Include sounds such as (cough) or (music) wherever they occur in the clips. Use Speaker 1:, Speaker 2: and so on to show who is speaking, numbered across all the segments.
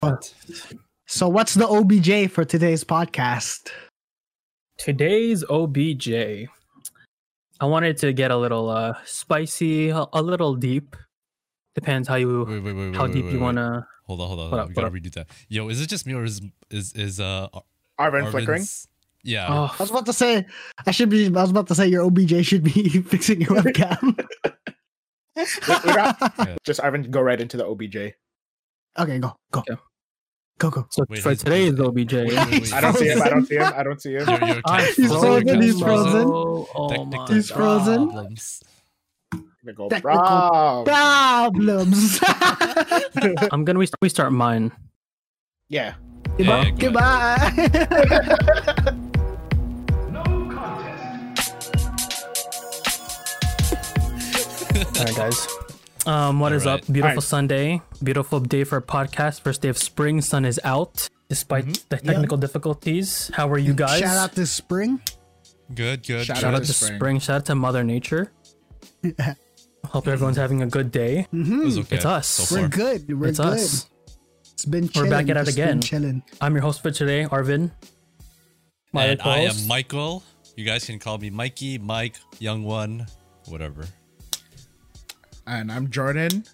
Speaker 1: What? So what's the OBJ for today's podcast?
Speaker 2: Today's OBJ. I wanted to get a little uh spicy, a, a little deep. Depends how you
Speaker 3: Wait, wait, wait, wait.
Speaker 2: how
Speaker 3: wait,
Speaker 2: deep
Speaker 3: wait,
Speaker 2: you
Speaker 3: wait.
Speaker 1: Mm.
Speaker 2: wanna.
Speaker 3: Hold on, hold on,
Speaker 2: Hold
Speaker 3: hold
Speaker 2: up,
Speaker 3: on. We gotta redo that. Yo, is it just me or is is is uh? Ar-
Speaker 4: Arvin flickering.
Speaker 3: Arvin's- Yeah.
Speaker 2: Oh,
Speaker 1: I was about to say I should be. I was about to say your OBJ should be (laughs) fixing your webcam.
Speaker 4: we got- Just Arvin go right into the OBJ.
Speaker 1: (laughs) okay, go go
Speaker 2: Okay.
Speaker 1: go go.
Speaker 2: so
Speaker 3: Wait,
Speaker 2: for
Speaker 3: his-
Speaker 2: today's
Speaker 3: wait,
Speaker 2: OBJ.
Speaker 3: wait, wait, wait.
Speaker 4: I don't see him. I don't see him. I don't see (laughs) him.
Speaker 3: Your- your
Speaker 2: (laughs) I'm
Speaker 3: cat-
Speaker 1: He's
Speaker 3: your
Speaker 1: frozen,
Speaker 3: cat
Speaker 1: he's
Speaker 3: is
Speaker 1: frozen.
Speaker 2: Oh
Speaker 3: Technical
Speaker 2: my
Speaker 1: He's frozen.
Speaker 2: God.
Speaker 3: problems. Eh,
Speaker 4: Technical
Speaker 1: Technical
Speaker 4: problem.
Speaker 1: (laughs) Problems. (laughs) Ah.
Speaker 2: I'm gonna rest- restart mine.
Speaker 4: Yeah.
Speaker 3: Yeah,
Speaker 1: Goodbye.
Speaker 3: go
Speaker 1: Goodbye.
Speaker 2: All right, guys. Um, what is
Speaker 3: Alright.
Speaker 2: up? Beautiful
Speaker 4: Alright.
Speaker 2: Sunday. Beautiful day for a podcast. First day of spring. Sun is out despite the technical difficulties. How are you guys?
Speaker 1: Mm-hmm. Shout out to spring.
Speaker 3: Good, good.
Speaker 4: Shout
Speaker 3: good.
Speaker 2: Shout
Speaker 4: out
Speaker 2: out to
Speaker 4: to
Speaker 2: spring.
Speaker 4: spring.
Speaker 2: Shout out to Mother Nature. Hope everyone's having a good day.
Speaker 3: It was okay
Speaker 2: It's us.
Speaker 3: So
Speaker 1: We're
Speaker 3: far.
Speaker 1: good. We're
Speaker 2: it's
Speaker 1: good.
Speaker 2: us.
Speaker 1: It's been
Speaker 2: We're
Speaker 1: chilling.
Speaker 2: back at it
Speaker 1: Just
Speaker 2: again.
Speaker 1: Been chilling.
Speaker 2: I'm your host for today, Arvin. My
Speaker 3: And I am
Speaker 2: co-host.
Speaker 3: Michael. You guys can call me Mikey, Mike, Young One, whatever.
Speaker 4: And I'm Jordan.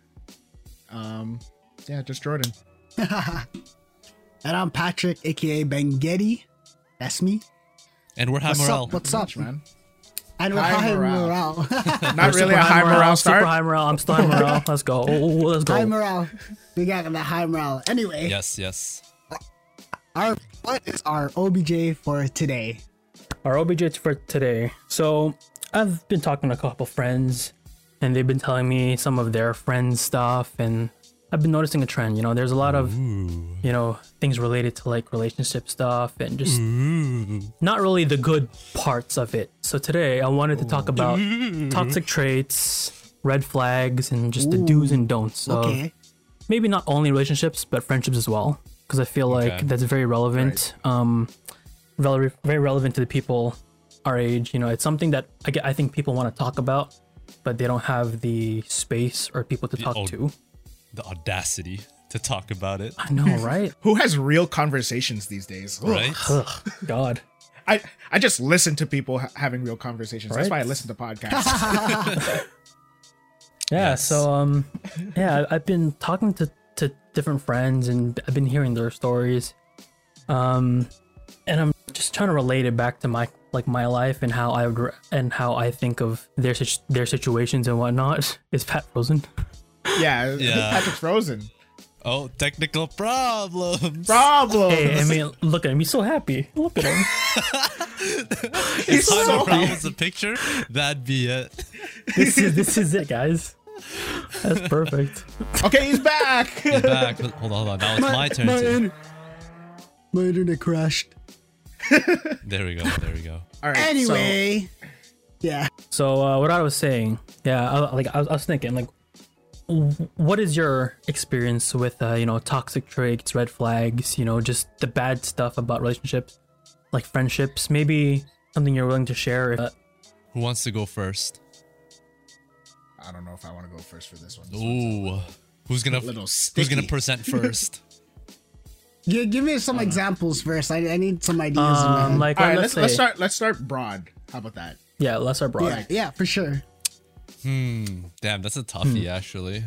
Speaker 4: Um, yeah, just Jordan.
Speaker 1: And I'm Patrick, aka Bangetti. That's me.
Speaker 3: And we're
Speaker 1: What's
Speaker 3: Hammerl.
Speaker 1: up? What's up,
Speaker 4: man?
Speaker 1: And we're
Speaker 4: High
Speaker 1: high
Speaker 4: morale.
Speaker 1: (laughs) morale.
Speaker 4: Not really a
Speaker 2: Super
Speaker 4: high morale
Speaker 2: Super
Speaker 4: start.
Speaker 2: high morale. I'm still high morale. Let's go. Oh, oh, oh, let's go.
Speaker 1: high morale. We got the high morale. Anyway,
Speaker 3: Yes, yes.
Speaker 1: our what is our OBJ for today?
Speaker 2: our OBJ for today. So I've been talking to a couple friends, and they've been telling me some of their friends' stuff, and I've been noticing a trend. You know, there's a lot of you know things related to like relationship stuff, and just not really the good parts of it. So today I wanted to talk about toxic traits, red flags, and just the do's and don'ts of
Speaker 1: Okay.
Speaker 2: maybe not only relationships but friendships as well because i feel
Speaker 3: Okay.
Speaker 2: like that's very relevant um very, very relevant to the people our age you know it's something that i, get, I think people want to talk about but they don't have the space or people to talk
Speaker 3: au-
Speaker 2: to
Speaker 3: The audacity to talk about it,
Speaker 2: i know right
Speaker 4: Who has real conversations these days? Ugh.
Speaker 3: right?
Speaker 2: Ugh, god
Speaker 4: I, I just listen to people ha- having real conversations. That's
Speaker 2: Right.
Speaker 4: why I listen to podcasts.
Speaker 2: yeah
Speaker 3: Yes.
Speaker 2: so um yeah I- i've been talking to to different friends and i've been hearing their stories um and i'm just trying to relate it back to my like my life and how i would re- and how i think of their situ- their situations and whatnot (laughs) is pat frozen
Speaker 4: yeah,
Speaker 3: Yeah.
Speaker 4: Patrick's frozen.
Speaker 3: Oh, technical problems.
Speaker 4: Problem.
Speaker 2: hey (laughs) i mean look at him he's so happy look at (laughs) him
Speaker 3: if
Speaker 4: He's so-
Speaker 3: Hammerl was a picture, that'd be it.
Speaker 2: this is this is it guys that's perfect
Speaker 4: (laughs) okay, he's back.
Speaker 3: He's back. Hold on, hold on. Now it's my turn.
Speaker 1: My,
Speaker 3: to-
Speaker 1: inter- my internet crashed.
Speaker 3: There we go. There we go.
Speaker 4: All right. so-
Speaker 1: Anyway, yeah.
Speaker 2: So uh, what I was saying, yeah, I, like I was, I was thinking, like, w- what is your experience with uh, you know toxic traits, red flags, you know, just the bad stuff about relationships, like friendships, maybe something you're willing to share. If, uh,
Speaker 3: Who wants to go first?
Speaker 4: I don't know if I want to go first for this one. This one's
Speaker 3: Ooh. Who's gonna
Speaker 4: a little
Speaker 3: Who's gonna
Speaker 4: sticky.
Speaker 3: present first?
Speaker 1: Gi- give me some examples first. I, I need some ideas. in my
Speaker 2: um,
Speaker 1: head.
Speaker 2: like
Speaker 4: All right, let's,
Speaker 2: let's, say,
Speaker 4: let's start. Let's start broad. How about that?
Speaker 2: yeah, let's start broad.
Speaker 1: yeah, yeah, for sure.
Speaker 3: hmm. Damn, that's a toughie actually.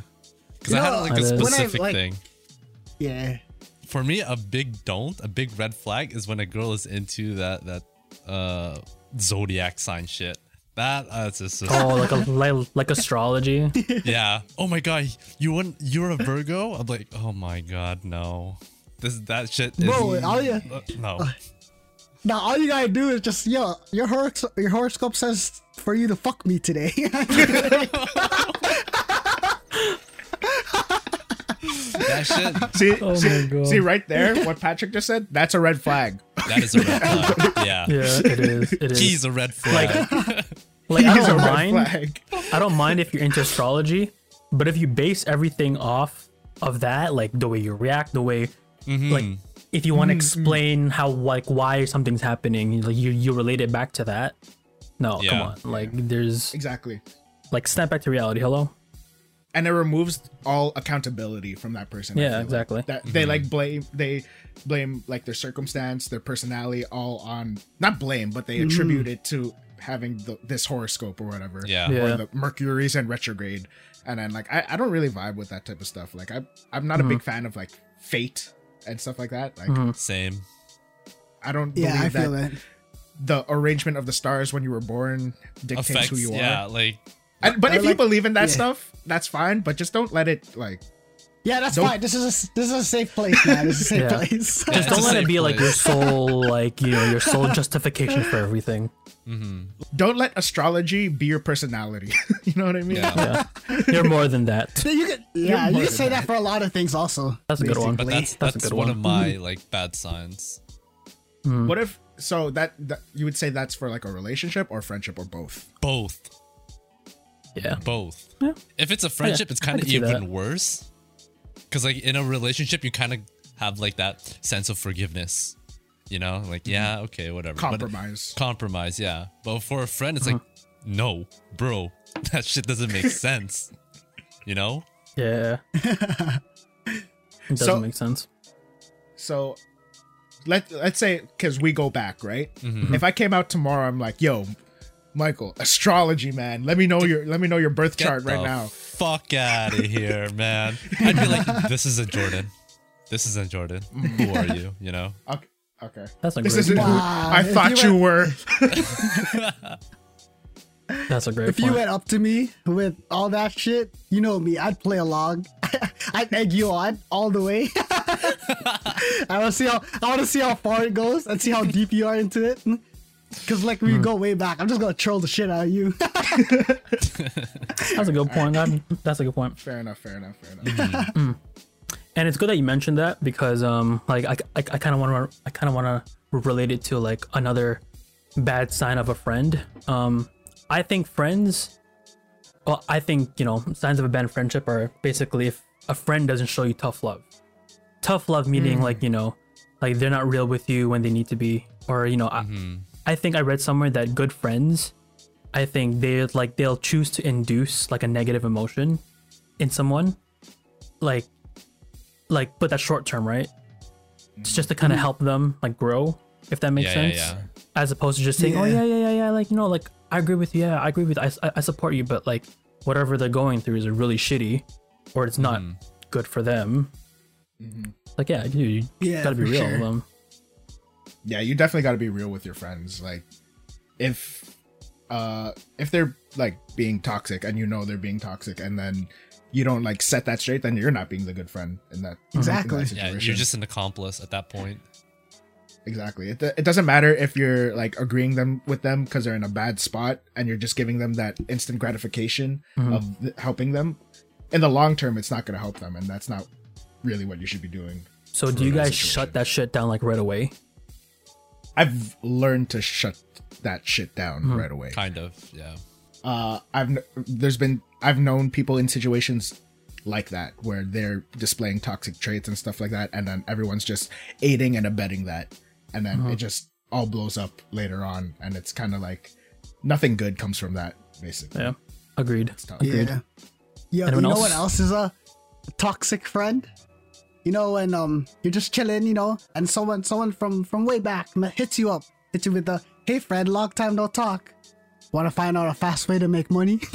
Speaker 3: Because I
Speaker 1: You
Speaker 3: had
Speaker 1: know,
Speaker 3: like a
Speaker 2: It is. when I,
Speaker 3: specific
Speaker 1: like-
Speaker 3: thing.
Speaker 1: Yeah.
Speaker 3: For me, a big don't, a big red flag is when a girl is into that that uh zodiac sign shit. That uh, it's just, it's-
Speaker 2: Oh, like a like, like
Speaker 4: (laughs)
Speaker 2: astrology.
Speaker 3: (laughs) yeah. Oh my god, you want you're a Virgo? I'm like, oh my god, no. This that shit is
Speaker 1: Bro, all you-
Speaker 3: uh, no.
Speaker 1: Now all you gotta do is just yo, your horosc your horoscope says for you to fuck me today. (laughs)
Speaker 3: That shit
Speaker 4: See,
Speaker 2: Oh my
Speaker 4: see,
Speaker 2: God.
Speaker 4: see right there, what Patrick just said. That's a red flag.
Speaker 3: that is a red
Speaker 2: (laughs)
Speaker 3: flag. Yeah.
Speaker 2: Yeah, it is. It is.
Speaker 3: He's a red flag.
Speaker 2: like I
Speaker 4: He's a
Speaker 2: don't
Speaker 4: red
Speaker 2: mind.
Speaker 4: flag.
Speaker 2: I don't mind if you're into astrology, but if you base everything off of that, like the way you react, the way
Speaker 3: Mm-hmm.
Speaker 2: like if you
Speaker 1: Mm-hmm.
Speaker 2: want to explain how like why something's happening, like you you relate it back to that. No, come
Speaker 3: Yeah.
Speaker 2: on. Like there's
Speaker 4: Exactly.
Speaker 2: like snap back to reality. Hello.
Speaker 5: and it removes all accountability from that person. I
Speaker 2: Yeah,
Speaker 5: feel like.
Speaker 2: exactly.
Speaker 5: That they like blame they blame like their circumstance, their personality, all on not blame, but they attribute
Speaker 2: Mm.
Speaker 5: it to having the, this horoscope or whatever.
Speaker 3: Yeah.
Speaker 2: Yeah.
Speaker 5: Or the Mercury's in retrograde, and then like I, I don't really vibe with that type of stuff. Like I I'm not a big fan of like fate and stuff like that. Like
Speaker 3: Mm-hmm. Same.
Speaker 5: I don't
Speaker 1: Yeah,
Speaker 5: believe
Speaker 1: I
Speaker 5: that
Speaker 1: feel that.
Speaker 5: the arrangement of the stars when you were born dictates
Speaker 3: Affects.
Speaker 5: who you are.
Speaker 3: Yeah. Like.
Speaker 5: And, but
Speaker 1: I
Speaker 5: if you
Speaker 1: like-
Speaker 5: believe in that
Speaker 1: yeah.
Speaker 5: stuff, that's fine. But just don't let it like.
Speaker 1: Yeah, that's
Speaker 5: Don't-
Speaker 1: fine. This is a, s- this is a safe place, man. This is a safe
Speaker 2: Yeah.
Speaker 1: place.
Speaker 3: Yeah,
Speaker 2: Just
Speaker 3: it's
Speaker 2: don't
Speaker 3: a
Speaker 2: let it
Speaker 3: safe
Speaker 2: be like your
Speaker 3: place.
Speaker 2: sole, like you know, your sole justification for everything.
Speaker 5: Don't let astrology be your personality. (laughs) you know what I mean?
Speaker 3: Yeah.
Speaker 2: Yeah, you're more than that.
Speaker 1: you could, yeah, you
Speaker 5: more
Speaker 1: could say
Speaker 5: than
Speaker 1: that for a lot of things, also.
Speaker 2: That's a good one.
Speaker 3: But
Speaker 2: Blade.
Speaker 3: that's
Speaker 2: That's
Speaker 3: that's,
Speaker 2: a good
Speaker 3: one,
Speaker 2: one. Mm-hmm.
Speaker 3: of my like bad signs.
Speaker 5: What if so that, that you would say that's for like a relationship or friendship or both?
Speaker 3: Both.
Speaker 2: Yeah, Oh,
Speaker 3: Both. If it's a friendship, it's
Speaker 2: I
Speaker 3: kind of
Speaker 2: can see that.
Speaker 3: even worse. Because like in a relationship, you kind of have like that sense of forgiveness. You know, like
Speaker 2: Mm-hmm.
Speaker 3: yeah, okay, whatever. But-
Speaker 5: Compromise.
Speaker 3: compromise, yeah. But for a friend, it's like,
Speaker 2: Uh-huh.
Speaker 3: no, bro, (laughs) that shit
Speaker 2: (laughs)
Speaker 3: doesn't make sense. You know?
Speaker 1: (laughs)
Speaker 2: yeah. it doesn't
Speaker 5: So-
Speaker 2: make sense.
Speaker 5: So let let's say because we go back, right?
Speaker 3: Mm-hmm.
Speaker 5: If I came out tomorrow, I'm like, yo, Michael, astrology, man. Let me know your let me know your birth
Speaker 3: Get
Speaker 5: chart right
Speaker 3: the
Speaker 5: now.
Speaker 3: Fuck out
Speaker 5: (laughs)
Speaker 3: of here, man. I'd be like, this isn't Jordan. This isn't Jordan. Who are you? You
Speaker 5: (laughs)
Speaker 3: know?
Speaker 5: Okay. Okay.
Speaker 2: That's a
Speaker 5: This
Speaker 2: great.
Speaker 5: isn't who
Speaker 1: Wow,
Speaker 5: I
Speaker 1: if you
Speaker 5: thought you
Speaker 1: went-
Speaker 5: were.
Speaker 2: That's a great.
Speaker 1: If you
Speaker 2: point.
Speaker 1: went up to me with all that shit, you know me, I'd play along. (laughs) I'd egg you on all the way. (laughs) I wanna see how I wanna see how far it goes and see how deep you are into it. Cause like
Speaker 2: Hmm.
Speaker 1: we go way back, I'm just gonna troll the shit out of you. (laughs)
Speaker 2: That's a good point. I'm- that's a good point.
Speaker 5: Fair enough. Fair enough. Fair
Speaker 3: (laughs)
Speaker 5: enough.
Speaker 2: And it's good that you mentioned that because um like I I, I kind of want to I kind of want to relate it to like another bad sign of a friend. Um I think friends well I think, you know, signs of a bad friendship are basically if a friend doesn't show you tough love. Tough love meaning
Speaker 3: Hmm.
Speaker 2: like, you know, like they're not real with you when they need to be or you know,
Speaker 3: Mm-hmm.
Speaker 2: I, I think I read somewhere that good friends I think they like they'll choose to induce like a negative emotion in someone like like but that's short term right it's just to kind of help them like grow if that makes
Speaker 3: Mm-hmm. Yeah, yeah,
Speaker 2: sense
Speaker 3: yeah.
Speaker 2: as opposed to just saying oh yeah yeah yeah yeah like you know like i agree with you yeah i agree with i, I- I support you but like whatever they're going through is really shitty or it's not good for them like yeah dude, you
Speaker 1: Mm-hmm. Yeah,
Speaker 2: gotta be
Speaker 1: for
Speaker 2: real
Speaker 1: sure.
Speaker 2: with them
Speaker 5: yeah you definitely got to be real with your friends like if uh if they're like being toxic and you know they're being toxic and then you don't like set that straight then you're not being the good friend in that in that
Speaker 1: Exactly.
Speaker 3: Yeah,
Speaker 5: situation.
Speaker 3: you're just an accomplice at that point.
Speaker 5: exactly it, it doesn't matter if you're like agreeing them with them because they're in a bad spot and you're just giving them that instant gratification
Speaker 3: Mm-hmm.
Speaker 5: of th- helping them in the long term it's not going to help them and that's not really what you should be doing
Speaker 2: so
Speaker 5: For
Speaker 2: do you
Speaker 5: that
Speaker 2: guys
Speaker 5: situation.
Speaker 2: shut that shit down like right away
Speaker 5: i've learned to shut that shit down
Speaker 3: Mm-hmm.
Speaker 5: right away
Speaker 3: Kind of, yeah.
Speaker 5: uh, I've kn- there's been I've known people in situations like that where they're displaying toxic traits and stuff like that, and then everyone's just aiding and abetting that, and then it just all blows up later on, and it's kind of like nothing good comes from that, basically.
Speaker 2: yeah agreed
Speaker 5: tough.
Speaker 2: agreed
Speaker 1: Yeah. Yo,
Speaker 2: Anyone
Speaker 1: you know
Speaker 2: else?
Speaker 1: what else is a toxic friend? You know when um you're just chilling, you know, and someone someone from from way back ma- hits you up, hits you with the hey friend, long time no talk. Want to find out a fast way to make money? (laughs)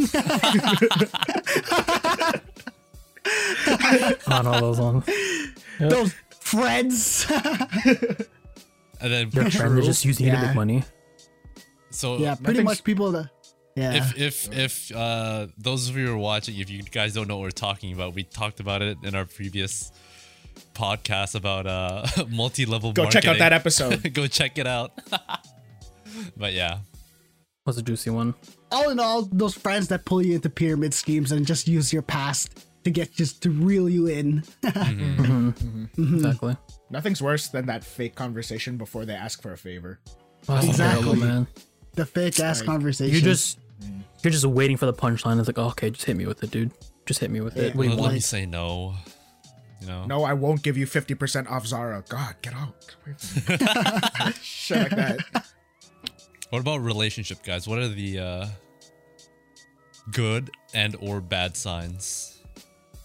Speaker 2: on all those ones
Speaker 1: Those friends. (laughs)
Speaker 3: And then
Speaker 2: your friends are
Speaker 3: true.
Speaker 2: just using you to
Speaker 1: Yeah.
Speaker 2: make money
Speaker 3: so
Speaker 1: yeah, pretty
Speaker 5: nothing's-
Speaker 1: much people that. Yeah.
Speaker 3: if if if uh those of you who are watching if you guys don't know what we're talking about we talked about it in our previous podcast about uh (laughs) multi-level
Speaker 5: Go check out that
Speaker 3: marketing. (laughs)
Speaker 5: episode.
Speaker 3: go check it out but yeah
Speaker 2: what's a juicy one
Speaker 1: all in all, those friends that pull you into pyramid schemes and just use your past to get just to reel you in. (laughs) Hmm.
Speaker 2: Exactly.
Speaker 5: Nothing's worse than that fake conversation before they ask for a favor.
Speaker 2: That's
Speaker 1: Exactly.
Speaker 2: terrible, man.
Speaker 1: The fake ass conversation.
Speaker 2: You're just you're just waiting for the punchline. It's like, oh, okay, just hit me with it, dude. Just hit me with it. What do you
Speaker 3: let
Speaker 2: want?
Speaker 3: me say no you know
Speaker 5: No, I won't give you fifty percent off Zara. God, get out. Wait for me. Shit like that.
Speaker 3: what about relationship guys what are the uh good and or bad signs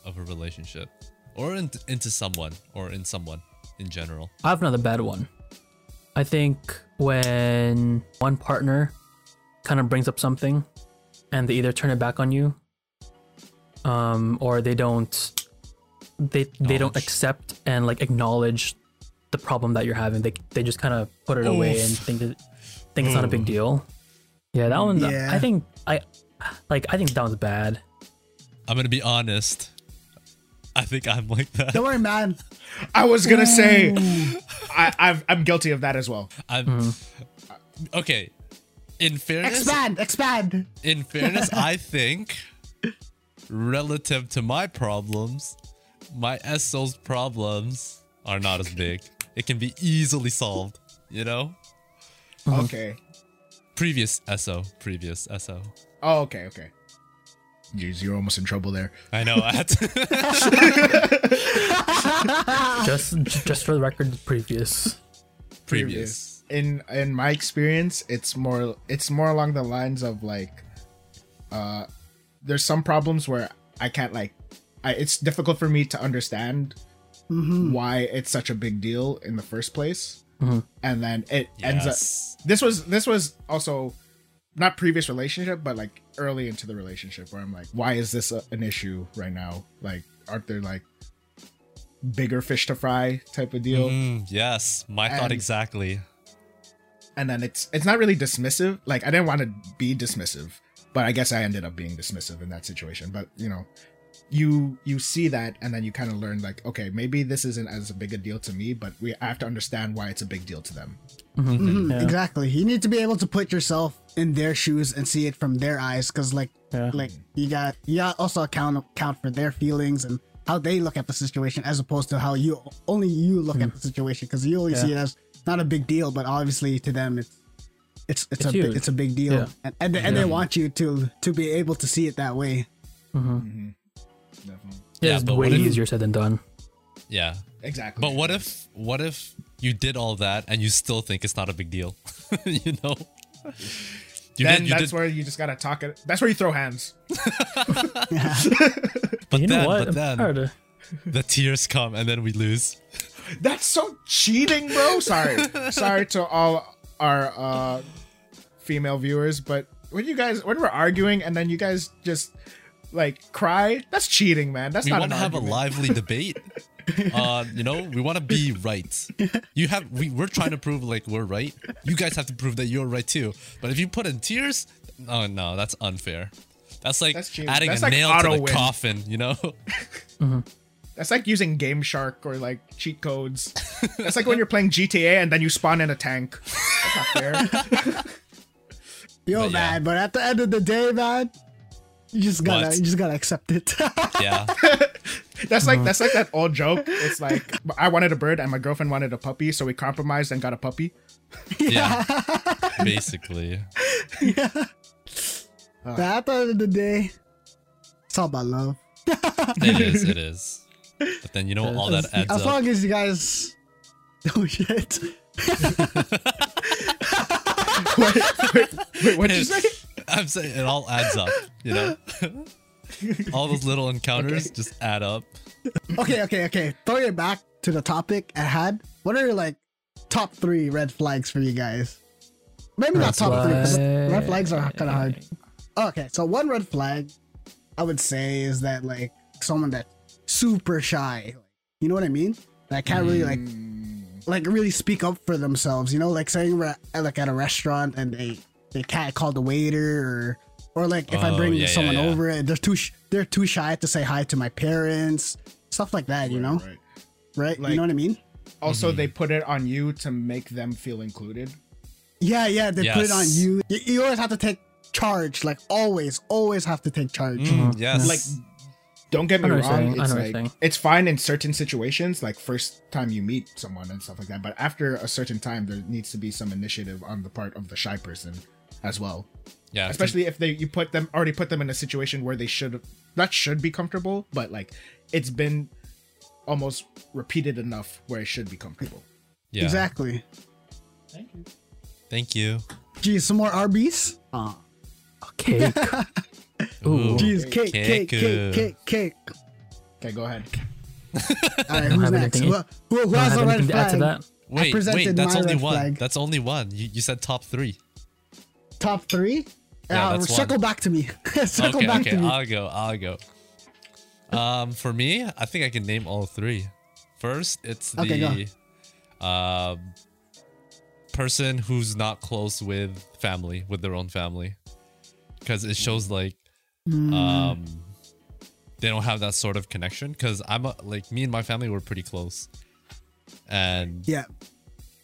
Speaker 3: of a relationship or in, into someone or in someone in general.
Speaker 2: I have another bad one. I think when one partner kind of brings up something and they either turn it back on you um or they don't they they don't
Speaker 3: Acknowledge.
Speaker 2: accept and like acknowledge the problem that you're having. They they just kind of put it away
Speaker 3: Oof. Mm.
Speaker 2: and think that, think it's not a big deal. Yeah, that one
Speaker 1: Yeah.
Speaker 2: I think I like I think that one's bad.
Speaker 3: I'm going to be honest. I think I'm like that.
Speaker 1: Don't worry, man.
Speaker 5: I was gonna say, I, I've, I'm guilty of that as well.
Speaker 3: I'm Okay. In fairness,
Speaker 1: Expand, expand.
Speaker 3: in fairness, I think relative to my problems, my SO's problems are not as big. It can be easily solved, you know?
Speaker 5: Okay.
Speaker 3: Previous SO, previous SO.
Speaker 5: Oh, okay, okay. Jeez, you're almost in trouble there.
Speaker 3: I know. I had
Speaker 5: (laughs)
Speaker 3: to- Ah.
Speaker 2: Just just for the record, previous.
Speaker 3: previous.
Speaker 5: in in my experience it's more it's more along the lines of like uh there's some problems where i can't like I, it's difficult for me to understand
Speaker 3: Mm-hmm.
Speaker 5: why it's such a big deal in the first place and then it ends
Speaker 3: Yes.
Speaker 5: up this was this was also not previous relationship but like early into the relationship where i'm like why is this a, an issue right now like aren't there like bigger fish to fry type of deal
Speaker 3: Mm, yes, my thought
Speaker 5: And-
Speaker 3: exactly.
Speaker 5: and then it's it's not really dismissive. Like I didn't want to be dismissive, but I guess I ended up being dismissive in that situation. But you know, you you see that, and then you kind of learn like, okay, maybe this isn't as big a deal to me, but we I have to understand why it's a big deal to them.
Speaker 1: Mhm,
Speaker 2: Yeah.
Speaker 1: Exactly. You need to be able to put yourself in their shoes and see it from their eyes, because like,
Speaker 2: Yeah.
Speaker 1: like you got you got also account account for their feelings and how they look at the situation, as opposed to how you only you look at
Speaker 2: Mm.
Speaker 1: the situation, because you only see it as not a big deal, but obviously to them it's it's it's,
Speaker 2: It's
Speaker 1: a big,
Speaker 2: huge.
Speaker 1: it's a big deal,
Speaker 2: Yeah.
Speaker 1: and and, they- and they want you to to be able to see it that way.
Speaker 5: Definitely.
Speaker 3: (laughs) Yeah,
Speaker 2: Yeah, it's
Speaker 3: but
Speaker 2: way
Speaker 3: what if-
Speaker 2: easier said than done.
Speaker 3: Yeah.
Speaker 5: Exactly.
Speaker 3: But what if what if you did all that and you still think it's not a big deal? (laughs) you know? You
Speaker 5: then
Speaker 3: did, you
Speaker 5: that's
Speaker 3: did,
Speaker 5: where you just gotta talk it. That's where you throw hands.
Speaker 3: but
Speaker 2: you know
Speaker 3: then,
Speaker 2: what?
Speaker 3: but
Speaker 2: I'm
Speaker 3: then
Speaker 2: tired of-
Speaker 3: the tears come and then we lose.
Speaker 5: That's so cheating, bro. Sorry, sorry to all our uh, female viewers, but when you guys when we're arguing and then you guys just like cry, that's cheating, man. That's
Speaker 3: we
Speaker 5: not
Speaker 3: want
Speaker 5: an
Speaker 3: to have a
Speaker 5: argument. (laughs)
Speaker 3: lively debate. uh, you know, we want to be right. You have we we're trying to prove like we're right. You guys have to prove that you're right too. But if you put in tears, oh no, that's unfair. That's like
Speaker 5: That's cheating.
Speaker 3: adding
Speaker 5: That's
Speaker 3: a
Speaker 5: like
Speaker 3: nail to the
Speaker 5: auto-win.
Speaker 3: coffin. You
Speaker 5: (laughs)
Speaker 3: know,
Speaker 5: That's like using Game Shark or like
Speaker 3: (laughs)
Speaker 5: cheat codes. That's like when you're playing GTA and then you spawn in a tank. That's not
Speaker 3: (laughs)
Speaker 5: fair.
Speaker 1: Yo,
Speaker 3: But yeah.
Speaker 1: man, but at the end of the day, man, you just gotta
Speaker 3: What?
Speaker 1: you just gotta accept it. (laughs)
Speaker 3: yeah.
Speaker 5: That's like that's like that old
Speaker 3: (laughs)
Speaker 5: joke. It's like I wanted a bird and my girlfriend wanted a puppy, so we compromised and got a puppy.
Speaker 3: Yeah. Basically.
Speaker 1: But at the end of the day, it's all about love.
Speaker 3: It is, it is. But then you know all that adds
Speaker 1: as
Speaker 3: up.
Speaker 1: long as you guys (laughs) oh shit
Speaker 5: Wait,
Speaker 3: (laughs)
Speaker 5: what'd you say?
Speaker 3: I'm saying it all adds up, you know? all those little encounters just add up.
Speaker 1: okay okay okay throwing it back to the topic at hand what are your like top three red flags for you guys maybe not top three 'cause red flags are kind of hard okay so one red flag i would say is that like someone that's super shy you know what i mean that can't really like
Speaker 3: Mm.
Speaker 1: like really speak up for themselves. You know, like saying we're at, like at a restaurant and they they can't call the waiter or or like if I
Speaker 3: Oh,
Speaker 1: bring
Speaker 3: yeah, yeah,
Speaker 1: someone
Speaker 3: yeah.
Speaker 1: over and they're too sh- they're too shy to say hi to my parents, stuff like that. You know, right? you
Speaker 5: Like-
Speaker 1: know what I mean?
Speaker 5: Also,
Speaker 3: Mm-hmm.
Speaker 5: they put it on you to make them feel included.
Speaker 1: Yeah, yeah. They put it on
Speaker 3: Yes.
Speaker 1: you. you. You always have to take charge. Like always, always have to take charge.
Speaker 3: Mm, yes.
Speaker 5: Like, don't get me
Speaker 2: I know what you're
Speaker 5: wrong.
Speaker 2: saying, I
Speaker 5: It's
Speaker 2: know what
Speaker 5: like
Speaker 2: you're saying.
Speaker 5: it's fine in certain situations, like first time you meet someone and stuff like that. But after a certain time, there needs to be some initiative on the part of the shy person as well.
Speaker 3: yeah, I think-
Speaker 5: Especially if they you put them already put them in a situation where they should that should be comfortable, but like it's been almost repeated enough where it should be comfortable.
Speaker 3: yeah.
Speaker 1: Exactly.
Speaker 3: Thank you.
Speaker 1: Geez, some more RBs. Uh,
Speaker 2: Cake. Ooh.
Speaker 1: Geez, cake, cake,
Speaker 3: Cake.
Speaker 2: (laughs)
Speaker 3: uh,
Speaker 1: cake, cake, cake.
Speaker 5: Okay, go ahead.
Speaker 1: All right, who's
Speaker 2: have
Speaker 1: next?
Speaker 2: anything-
Speaker 1: Who, who, who
Speaker 2: I
Speaker 1: has
Speaker 2: have
Speaker 1: a red
Speaker 2: anything to
Speaker 1: flag?
Speaker 2: add to that.
Speaker 3: Wait, wait,
Speaker 1: presented
Speaker 3: that's
Speaker 1: my
Speaker 3: only
Speaker 1: red
Speaker 3: one.
Speaker 1: flag.
Speaker 3: That's only one. You, you said top three.
Speaker 1: Top three?
Speaker 3: Yeah,
Speaker 1: Uh,
Speaker 3: that's one.
Speaker 1: circle back to me. (laughs) (laughs) circle
Speaker 3: okay,
Speaker 1: back
Speaker 3: okay,
Speaker 1: to me.
Speaker 3: I'll go. I'll go. Um, for me, I think I can name all three. First, it's the
Speaker 1: Okay, go.
Speaker 3: um person who's not close with family, with their own family, because it shows like
Speaker 1: Hmm.
Speaker 3: um they don't have that sort of connection. Because I'm a, like me and my family were pretty close, and
Speaker 1: yeah.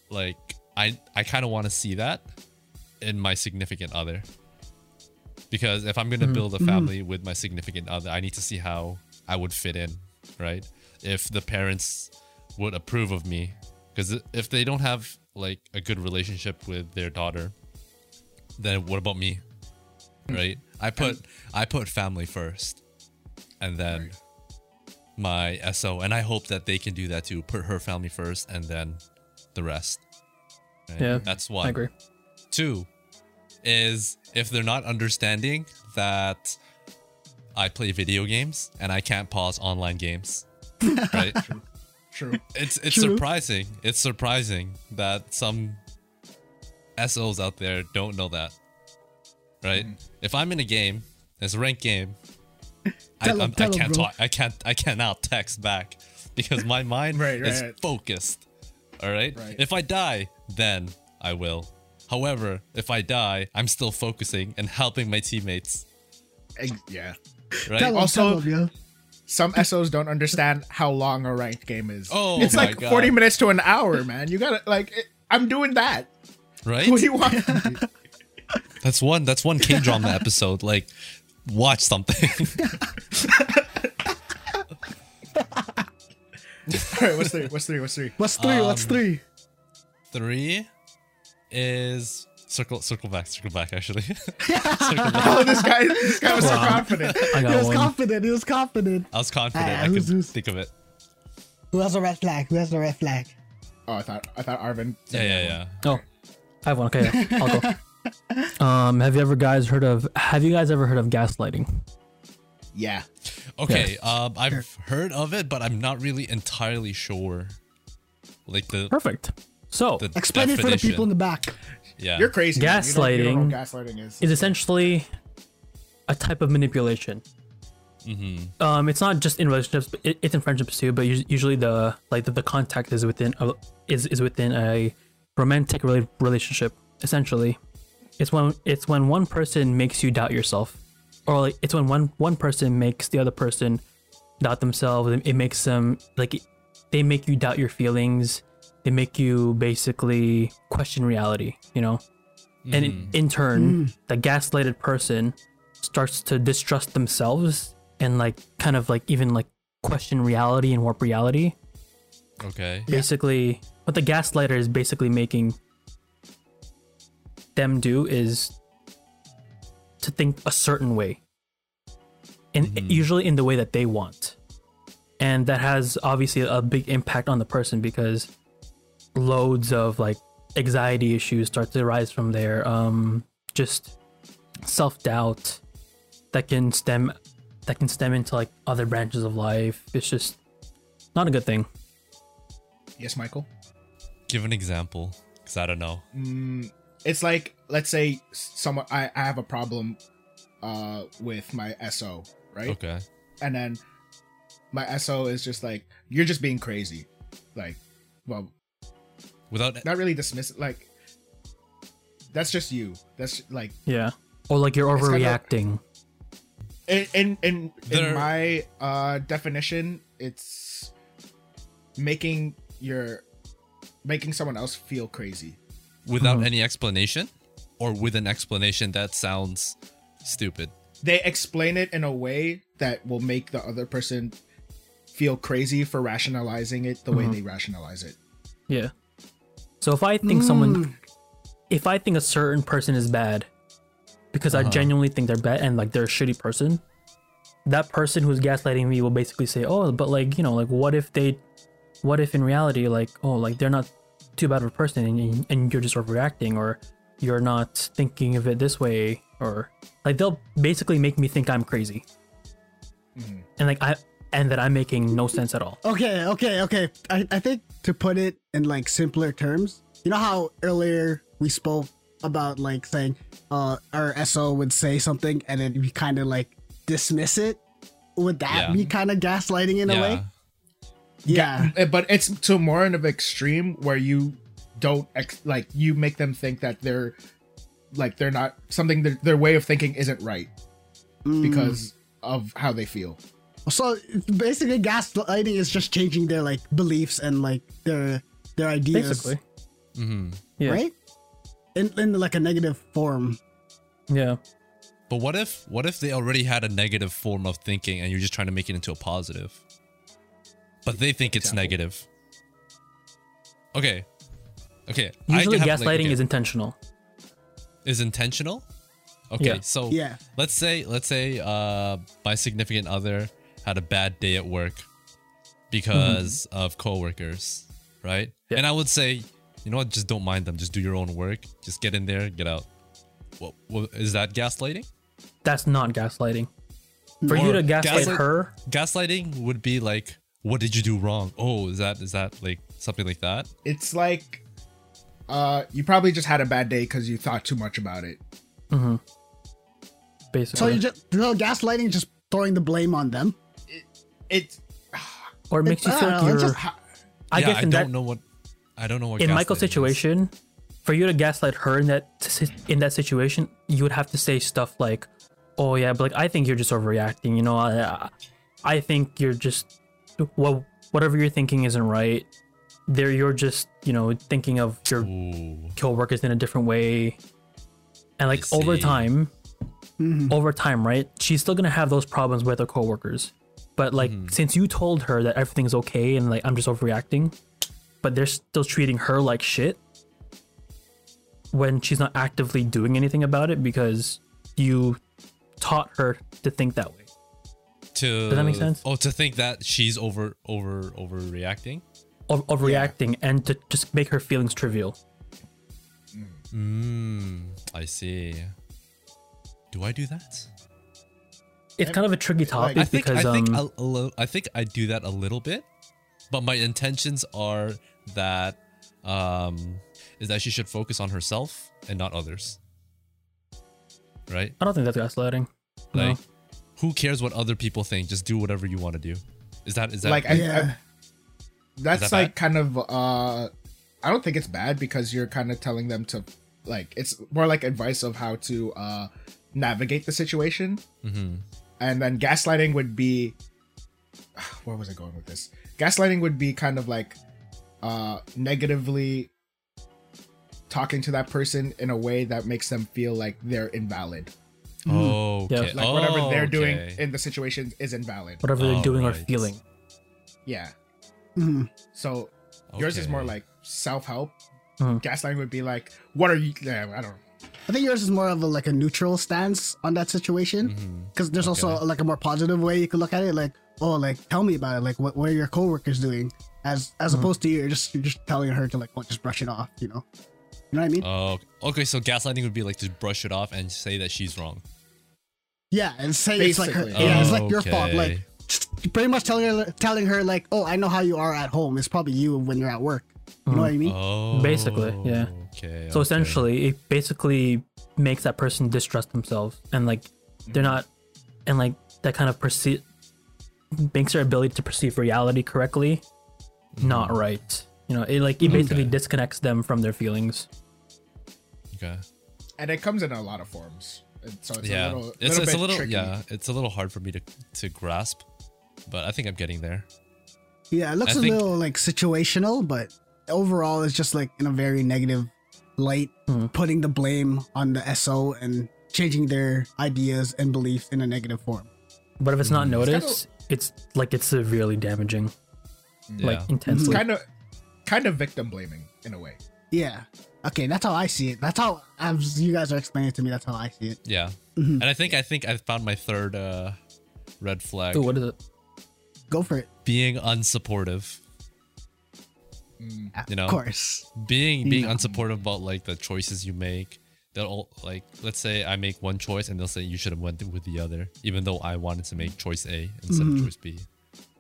Speaker 3: like I I kind of want to see that in my significant other. Because if I'm going to
Speaker 2: Mm-hmm.
Speaker 3: build a family with my significant other, I need to see how I would fit in, right? If the parents would approve of me cuz if they don't have like a good relationship with their daughter, then what about me?
Speaker 2: Mm.
Speaker 3: Right? I put I put family first and then my SO and I hope that they can do that too. Put her family first and then the rest. Right?
Speaker 2: Yeah,
Speaker 3: That's one.
Speaker 2: I agree.
Speaker 3: Two is if they're not understanding that I play video games and I can't pause online games. Right? (laughs)
Speaker 5: True.
Speaker 3: It's it's
Speaker 1: True.
Speaker 3: surprising. It's surprising that some SOs out there don't know that. Right?
Speaker 5: Mm.
Speaker 3: If I'm in a game, it's a ranked game, I,
Speaker 1: Tell 'em,
Speaker 3: I'm, I
Speaker 1: tell 'em,
Speaker 3: can't
Speaker 1: bro.
Speaker 3: talk. I can't. I cannot text back (laughs) because my mind
Speaker 5: (laughs) Right,
Speaker 3: is
Speaker 5: right.
Speaker 3: focused. All right?
Speaker 5: Right.
Speaker 3: If I die, then I will. However, if I die, I'm still focusing and helping my teammates.
Speaker 5: Ex- yeah.
Speaker 3: Right?
Speaker 1: Tell him,
Speaker 5: Also-
Speaker 1: tell him, yo.
Speaker 5: Some SOs don't understand how long a ranked game is.
Speaker 3: Oh
Speaker 5: it's
Speaker 3: my
Speaker 5: like
Speaker 3: God.
Speaker 5: 40 minutes to an hour, man. You gotta like, it, I'm doing that.
Speaker 3: right?
Speaker 5: What do you want? from me?
Speaker 3: That's one. That's one
Speaker 1: (laughs)
Speaker 3: K drama episode. Like, watch something. (laughs)
Speaker 5: All right, what's three? What's three? What's three?
Speaker 1: What's three? What's
Speaker 3: um,
Speaker 1: three?
Speaker 3: Three is circle. Circle back. Circle back.
Speaker 1: (laughs)
Speaker 3: Actually, (laughs)
Speaker 5: Oh, this guy, this guy was so
Speaker 2: Wow.
Speaker 5: confident.
Speaker 2: I
Speaker 1: He
Speaker 2: got
Speaker 1: was
Speaker 2: one.
Speaker 1: confident. He was confident.
Speaker 3: I was confident.
Speaker 1: Ah,
Speaker 3: I could
Speaker 1: who's- who's-
Speaker 3: think of it.
Speaker 1: Who has a red flag? Who has a red flag?
Speaker 5: Oh, I thought, I thought Arvin.
Speaker 3: Yeah, yeah, yeah.
Speaker 2: Oh, I have one. Okay, I'll go. Um, have you ever guys heard of? Have you guys ever heard of gaslighting?
Speaker 5: Yeah.
Speaker 3: Okay. Um, I've heard of it, but I'm not really entirely sure. Like the
Speaker 2: Perfect. So
Speaker 3: the
Speaker 1: Explain it
Speaker 3: definition.
Speaker 1: for the people in the back.
Speaker 3: yeah.
Speaker 5: You're crazy. man. You don't- you don't know what gaslighting is.
Speaker 2: is essentially a type of manipulation. Um, it's not just in relationships; but it, it's in friendships too. But us- usually, the like the, the contact is within a, is is within a romantic rela- relationship. Essentially, it's when it's when one person makes you doubt yourself, or like it's when one one person makes the other person doubt themselves. and It makes them like it- they make you doubt your feelings. They make you basically question reality. You know and in- in turn the gaslighted person starts to distrust themselves and like kind of like even like question reality and warp reality
Speaker 3: Okay.
Speaker 2: basically what the gaslighter is basically making them do is to think a certain way and usually in the way that they want and that has obviously a big impact on the person because loads of like anxiety issues start to rise from there um just self-doubt that can stem that can stem into like other branches of life it's just not a good thing
Speaker 5: yes, Michael.
Speaker 3: Give an example, because I don't know.
Speaker 5: it's like let's say someone I, I have a problem uh with my SO, right?
Speaker 3: Okay.
Speaker 5: And then my SO is just like, you're just being crazy. Like, well,
Speaker 3: Without
Speaker 5: not really dismiss like that's just you. That's like
Speaker 2: Yeah. Or like you're
Speaker 5: It's kinda-
Speaker 2: overreacting.
Speaker 5: in in in,
Speaker 3: There-
Speaker 5: in my uh definition, it's making your making someone else feel crazy.
Speaker 3: without
Speaker 1: Uh-huh.
Speaker 3: any explanation, or with an explanation that sounds stupid.
Speaker 5: they explain it in a way that will make the other person feel crazy for rationalizing it the way they rationalize it.
Speaker 2: Yeah. So if I think someone, if I think a certain person is bad, because I genuinely think they're bad and like they're a shitty person, that person who's gaslighting me will basically say, "Oh, but like you know, like what if they, what if in reality, like oh, like they're not too bad of a person and, and you're just overreacting or you're not thinking of it this way or like they'll basically make me think I'm crazy." And like I and that I'm making no sense at all.
Speaker 1: Okay, okay, okay. I, I think to put it in like simpler terms, you know how earlier we spoke about like saying uh our SO would say something and then we kind of like dismiss it? Would that
Speaker 3: Yeah.
Speaker 1: be kind of gaslighting in a way?
Speaker 3: yeah.
Speaker 1: Yeah.
Speaker 5: Uh, but it's to more of extreme where you don't ex- like you make them think that they're like they're not something their, their way of thinking isn't right
Speaker 3: Mm.
Speaker 5: because of how they feel
Speaker 1: Mm. So basically gaslighting is just changing their like beliefs and like their their ideas.
Speaker 2: Basically.
Speaker 3: hmm
Speaker 2: Yeah.
Speaker 1: Right? In in like a negative form.
Speaker 2: Yeah.
Speaker 3: But what if what if they already had a negative form of thinking and you're just trying to make it into a positive? But they think it's negative. Okay. Okay. I
Speaker 2: Usually
Speaker 3: have,
Speaker 2: gaslighting
Speaker 3: like, okay,
Speaker 2: is intentional.
Speaker 3: is intentional. Okay,
Speaker 2: Yeah.
Speaker 3: so
Speaker 1: Yeah.
Speaker 3: let's say let's say uh my significant other had a bad day at work because of coworkers, right?
Speaker 2: Mm-hmm. Yeah.
Speaker 3: And I would say, you know what, just don't mind them. Just do your own work. Just get in there, get out. What, what is that gaslighting?
Speaker 2: That's not gaslighting. For
Speaker 3: Or
Speaker 2: you to gaslight
Speaker 3: gaslight-
Speaker 2: her,
Speaker 3: gaslighting would be like what did you do wrong oh is that is that like something like that
Speaker 5: it's like uh you probably just had a bad day because you thought too much about it
Speaker 1: So
Speaker 2: basically,
Speaker 1: you just so gaslighting is just throwing the blame on them.
Speaker 5: it's
Speaker 2: or it makes you feel
Speaker 1: I
Speaker 2: like
Speaker 1: don't know,
Speaker 2: you're.
Speaker 1: it's just-
Speaker 2: I
Speaker 3: yeah
Speaker 2: guess
Speaker 3: i
Speaker 2: in
Speaker 3: don't
Speaker 2: that
Speaker 3: know what i don't know what
Speaker 2: in
Speaker 3: gaslighting
Speaker 2: Michael's
Speaker 3: is.
Speaker 2: situation, for you to gaslight her in that si- in that situation, you would have to say stuff like, "Oh yeah, but like I think you're just overreacting. You know, I, I think you're just well, whatever you're thinking isn't right. There, you're just you know thinking of your
Speaker 3: Ooh,
Speaker 2: coworkers in a different way, and like
Speaker 3: I
Speaker 2: over
Speaker 3: see.
Speaker 2: time, over time, right? She's still gonna have those problems with her coworkers, but like
Speaker 3: Mm-hmm.
Speaker 2: since you told her that everything's okay and like I'm just overreacting, but they're still treating her like shit when she's not actively doing anything about it because you taught her to think that way.
Speaker 3: to
Speaker 2: that make sense?
Speaker 3: oh to think that she's over over overreacting
Speaker 2: Of, of reacting and to just make her feelings trivial.
Speaker 3: mm, i see do i do that
Speaker 2: It's kind of a tricky topic
Speaker 3: i think
Speaker 2: because
Speaker 3: i think
Speaker 2: um,
Speaker 3: a, a li- i think i do that a little bit but my intentions are that um is that she should focus on herself and not others right
Speaker 2: I don't think that's gaslighting. No.
Speaker 3: Like, who cares what other people think? Just do whatever you want to do. Is that is that
Speaker 5: like I,
Speaker 1: Yeah.
Speaker 5: I that's
Speaker 3: Is that
Speaker 5: like kind of uh i don't think it's bad because you're kind of telling them to like it's more like advice of how to uh navigate the situation
Speaker 3: Mhm.
Speaker 5: mm-hmm. and then gaslighting would be (sighs) where was i going with this gaslighting would be kind of like uh negatively talking to that person in a way that makes them feel like they're invalid
Speaker 3: oh okay. Oh,
Speaker 5: like whatever they're doing
Speaker 3: Okay.
Speaker 5: in the situation is invalid
Speaker 2: whatever they're
Speaker 3: Oh,
Speaker 2: doing or
Speaker 3: right.
Speaker 2: feeling.
Speaker 5: yeah
Speaker 1: Mhm.
Speaker 5: so Yours is more
Speaker 3: Okay.
Speaker 5: like self help.
Speaker 2: Mhm.
Speaker 5: Gaslighting would be like, what are you? Yeah, I don't know.
Speaker 1: I think yours is more of a like a neutral stance on that
Speaker 3: Mm-hmm.
Speaker 1: situation because there's also like a more positive way you could look at it. Like, oh, like tell me about it. Like, what, what are your coworkers doing? As as
Speaker 3: Mm-hmm.
Speaker 1: opposed to you're just you're just telling her to like, oh, just brush it off. You know, you know what I mean?
Speaker 3: Oh, okay. So gaslighting would be like just brush it off and say that she's wrong.
Speaker 1: yeah, and say it's like her,
Speaker 5: basically.
Speaker 1: yeah, it's like your fault.
Speaker 3: Oh,
Speaker 1: Like,
Speaker 3: Okay.
Speaker 1: just pretty much telling her telling her like, oh, I know how you are at home. It's probably you when you're at work. You know what I mean?
Speaker 3: Oh,
Speaker 2: Basically, yeah.
Speaker 3: Okay.
Speaker 2: So essentially, it basically makes that person distrust themselves and like they're
Speaker 3: Mm-hmm.
Speaker 2: not, and like that kind of perceive makes their ability to perceive reality correctly not right. You know, it like it basically
Speaker 3: Mm-hmm. Okay.
Speaker 2: disconnects them from their feelings.
Speaker 3: okay.
Speaker 5: And it comes in a lot of forms. And so it's
Speaker 3: yeah,
Speaker 5: a little,
Speaker 3: it's,
Speaker 5: little
Speaker 3: it's
Speaker 5: bit
Speaker 3: a little
Speaker 5: tricky.
Speaker 3: yeah, it's a little hard for me to to grasp, but I think I'm getting there.
Speaker 1: Yeah, it looks
Speaker 3: I
Speaker 1: a
Speaker 3: think-
Speaker 1: little like situational, but overall, it's just like in a very negative light,
Speaker 2: Mm-hmm.
Speaker 1: putting the blame on the SO and changing their ideas and beliefs in a negative form.
Speaker 2: But if it's not
Speaker 3: Mm-hmm.
Speaker 2: noticed, it's, like it's severely damaging,
Speaker 5: Mm-hmm.
Speaker 3: Yeah. Mm-hmm.
Speaker 2: like intensely.
Speaker 5: Kind of, kind of victim blaming in a way.
Speaker 1: Yeah. Okay, that's how I see it. That's how as you guys are explaining it to me. That's how I see it.
Speaker 3: yeah.
Speaker 2: mm-hmm.
Speaker 3: And I think I think I found my third uh red flag
Speaker 2: Ooh, what is it?
Speaker 1: Go for it.
Speaker 3: being unsupportive. You know.
Speaker 1: Of course.
Speaker 3: being being
Speaker 1: Yeah.
Speaker 3: unsupportive about like the choices you make they'll all like let's say i make one
Speaker 1: Hmm.
Speaker 3: choice and they'll say you should have went with the other even though i wanted to make choice a instead of choice b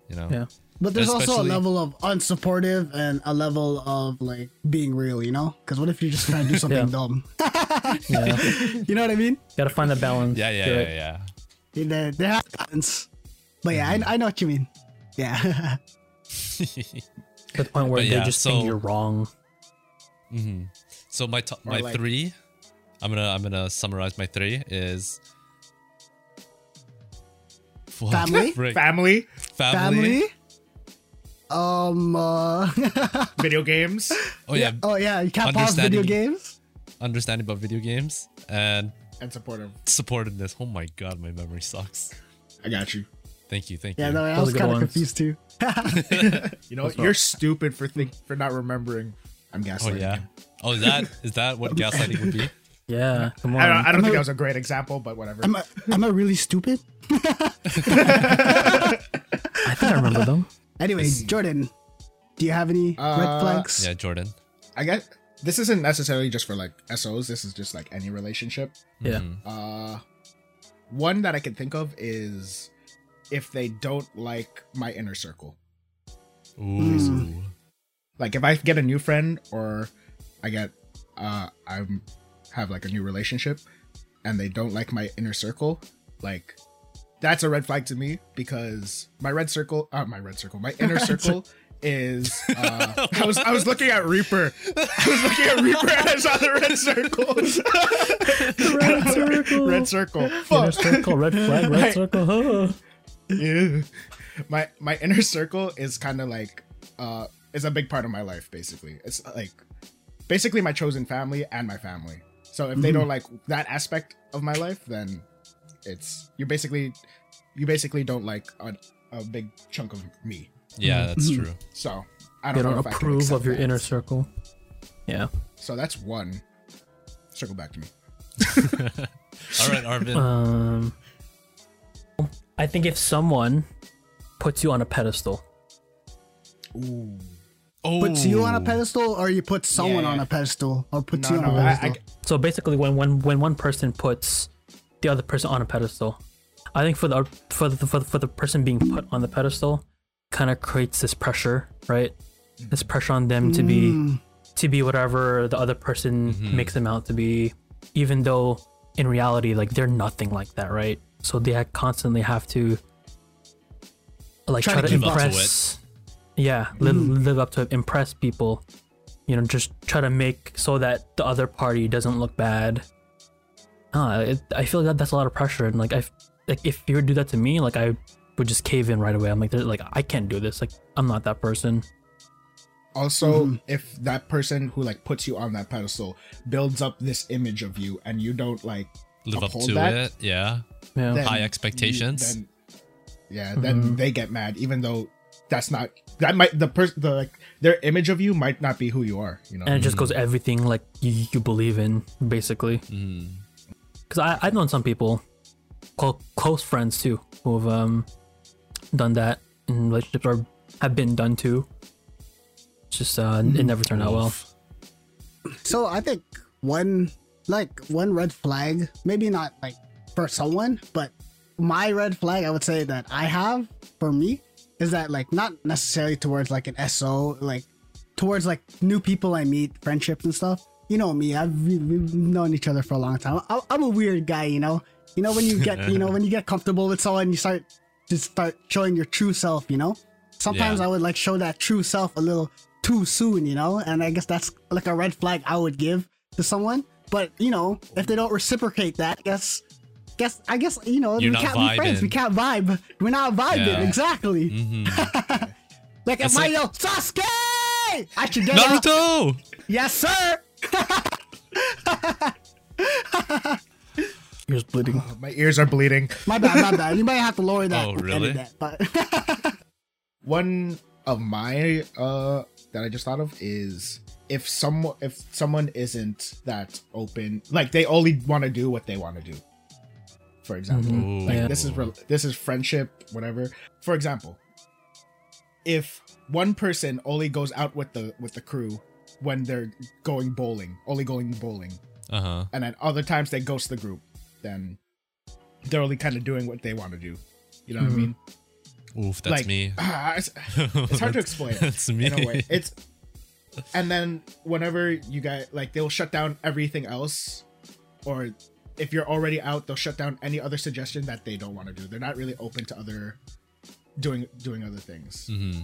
Speaker 3: You know.
Speaker 2: Yeah.
Speaker 1: But there's also a
Speaker 3: Especially-
Speaker 1: level of unsupportive and a level of like being real, you know? Because what if you're just
Speaker 2: (laughs)
Speaker 1: trying to do something
Speaker 2: Yeah.
Speaker 1: dumb? (laughs)
Speaker 2: Yeah.
Speaker 1: you know what I mean?
Speaker 2: Gotta find the balance.
Speaker 3: Yeah, yeah,
Speaker 2: Do
Speaker 3: yeah,
Speaker 2: it.
Speaker 3: yeah.
Speaker 1: There, there has balance. But yeah, I, I know what you mean. Yeah. (laughs)
Speaker 2: To the point where
Speaker 3: But
Speaker 2: they
Speaker 3: yeah,
Speaker 2: just think
Speaker 3: so-
Speaker 2: you're wrong.
Speaker 3: So my top,
Speaker 4: Or
Speaker 3: my
Speaker 4: like-
Speaker 3: three, I'm gonna I'm gonna summarize my three is Fuck, (laughs)
Speaker 1: Family?
Speaker 3: frick.
Speaker 5: Family,
Speaker 1: Family?
Speaker 3: family.
Speaker 1: Um, uh, (laughs)
Speaker 5: video games.
Speaker 3: Oh yeah,
Speaker 1: oh yeah, you can't pause video
Speaker 3: Understanding.
Speaker 1: games?
Speaker 3: understanding about video games and
Speaker 5: and supportive.
Speaker 3: supportiveness. Oh my god, my memory sucks.
Speaker 5: I got you.
Speaker 3: Thank you, thank
Speaker 1: Yeah,
Speaker 3: you.
Speaker 1: no, I
Speaker 2: Those
Speaker 1: was
Speaker 2: are good
Speaker 1: kind of
Speaker 2: ones.
Speaker 1: confused too.
Speaker 5: You know what? You're stupid for think for not remembering. I'm
Speaker 3: oh
Speaker 5: gaslighting.
Speaker 3: yeah.
Speaker 5: you.
Speaker 3: Oh, is that is that
Speaker 1: (laughs)
Speaker 3: what gaslighting would be?
Speaker 2: Yeah. Come on.
Speaker 5: I don't, I don't think
Speaker 1: a-
Speaker 5: that was a great example, but whatever.
Speaker 1: Am I, am I really stupid?
Speaker 2: (laughs) I think I remember
Speaker 3: (laughs)
Speaker 2: them.
Speaker 1: Anyway, Jordan, do you have any red
Speaker 5: Uh,
Speaker 1: flags?
Speaker 3: Yeah, Jordan.
Speaker 5: I guess this isn't necessarily just for like SOs. This is just like any relationship.
Speaker 2: Yeah.
Speaker 3: Mm-hmm.
Speaker 5: Uh, one that I can think of is if they don't like my inner circle.
Speaker 3: Ooh.
Speaker 5: Like if I get a new friend or I get uh I'm have like a new relationship and they don't like my inner circle, like that's a red flag to me because my red circle, uh, my red circle, my
Speaker 2: (laughs)
Speaker 5: inner circle is. Uh, I was I was looking at Reaper. I was looking at Reaper and I saw the
Speaker 2: (laughs)
Speaker 5: red (laughs) circle.
Speaker 2: Red circle.
Speaker 5: red circle.
Speaker 2: Inner
Speaker 5: Fuck.
Speaker 2: circle. Red flag.
Speaker 5: (laughs)
Speaker 2: Red circle. Huh.
Speaker 5: Yeah. (laughs) my my inner circle is kind of like uh is a big part of my life basically it's uh, like basically my chosen family and my family so if they
Speaker 2: Mm-hmm.
Speaker 5: don't like that aspect of my life then it's you basically you basically don't like a, a big chunk of me
Speaker 3: Yeah, that's true.
Speaker 5: so i don't,
Speaker 2: They don't
Speaker 5: know if I can
Speaker 2: approve
Speaker 5: accept
Speaker 2: of your
Speaker 5: that.
Speaker 2: inner circle. Yeah.
Speaker 5: so that's one circle back to me
Speaker 3: (laughs) All right, Arvin.
Speaker 5: Uh,
Speaker 2: Um, I think if someone puts you on a pedestal,
Speaker 3: oh,
Speaker 1: Puts you on a pedestal, or you put someone on a pedestal, or puts
Speaker 5: no
Speaker 1: you on
Speaker 5: no
Speaker 1: a
Speaker 5: I,
Speaker 1: pedestal.
Speaker 5: I
Speaker 2: so basically, when when when one person puts the other person on a pedestal, I think for the for the for the, for the person being put on the pedestal, kind of creates this pressure, right? This pressure on them to
Speaker 1: Hmm.
Speaker 2: be to be whatever the other person makes them out to be, even though in reality, like they're nothing like that, right? So they ha- constantly have to like
Speaker 1: Try
Speaker 2: try,
Speaker 1: to Hmm.
Speaker 2: to
Speaker 1: keep up
Speaker 3: to it.
Speaker 2: impress. Yeah, live live up to it, impress people. You know, just try to make so that the other party doesn't look bad. Ah, it, I feel that that's a lot of pressure, and like I, f- like if you would do that to me, like I would just cave in right away. I'm like, there- like I can't do this. Like I'm not that person.
Speaker 5: also
Speaker 2: Mm-hmm.
Speaker 5: if that person who like puts you on that pedestal builds up this image of you and you don't like
Speaker 3: Live up
Speaker 5: uphold
Speaker 3: to
Speaker 5: that,
Speaker 3: it. Yeah.
Speaker 2: Yeah,
Speaker 5: then
Speaker 3: High
Speaker 5: you-
Speaker 3: expectations. Mm-hmm.
Speaker 5: then- yeah, then they get mad, even though that's not that might the person the like their image of you might not be who you are. You know,
Speaker 2: and it just goes
Speaker 3: Mm.
Speaker 2: everything like you, you believe in basically
Speaker 3: Mm.
Speaker 2: because I i've known some people cl- close friends too who have um done that in relationships or have been done to it's just uh it never turned out well
Speaker 1: So I think one like one red flag, maybe not like for someone, but my red flag I would say that I have for me is that like not necessarily towards like an SO, like towards like new people I meet, friendships and stuff. You know me, I've we- we've known each other for a long time. I, I'm a weird guy, you know. You know when you get you know when you get comfortable with someone, you start to start showing your true self. You know, sometimes
Speaker 3: Yeah.
Speaker 1: I would like show that true self a little too soon, you know? And I guess that's like a red flag I would give to someone. But you know, if they don't reciprocate that, guess guess I guess you know,
Speaker 3: You're
Speaker 1: we
Speaker 3: not
Speaker 1: can't be friends. We
Speaker 3: vibing.
Speaker 1: can't vibe. We're not vibing,
Speaker 3: Yeah.
Speaker 1: exactly. (laughs) like if
Speaker 3: That's
Speaker 1: I
Speaker 3: like-
Speaker 1: yell Sasuke I should get out.
Speaker 3: Naruto.
Speaker 1: Yes sir.
Speaker 2: you're just bleeding
Speaker 5: (laughs) my ears are bleeding.
Speaker 1: My bad, my bad. You might have to lower that.
Speaker 3: (laughs) Oh,
Speaker 1: and edit
Speaker 3: really?
Speaker 1: That, but (laughs)
Speaker 5: One of my uh that I just thought of is if some if someone isn't that open, like they only want to do what they want to do. For example,
Speaker 3: Mhm.
Speaker 5: like
Speaker 2: Yeah.
Speaker 5: this is rel- this is friendship, whatever. For example, if one person only goes out with the with the crew when they're going bowling, only going bowling,
Speaker 3: Uh huh.
Speaker 5: and then other times they ghost the group, then they're only kind of doing what they want to do. You know what I mean?
Speaker 3: oof, Mm-hmm. that's
Speaker 5: like (sighs)
Speaker 3: me.
Speaker 5: ah, it's,
Speaker 3: (laughs)
Speaker 5: it's hard to explain.
Speaker 3: That's me.
Speaker 5: in a way. It's and then whenever you guys like they'll shut down everything else or if you're already out they'll shut down any other suggestion that they don't want to do. They're not really open to other doing doing other things.
Speaker 3: Mm-hmm.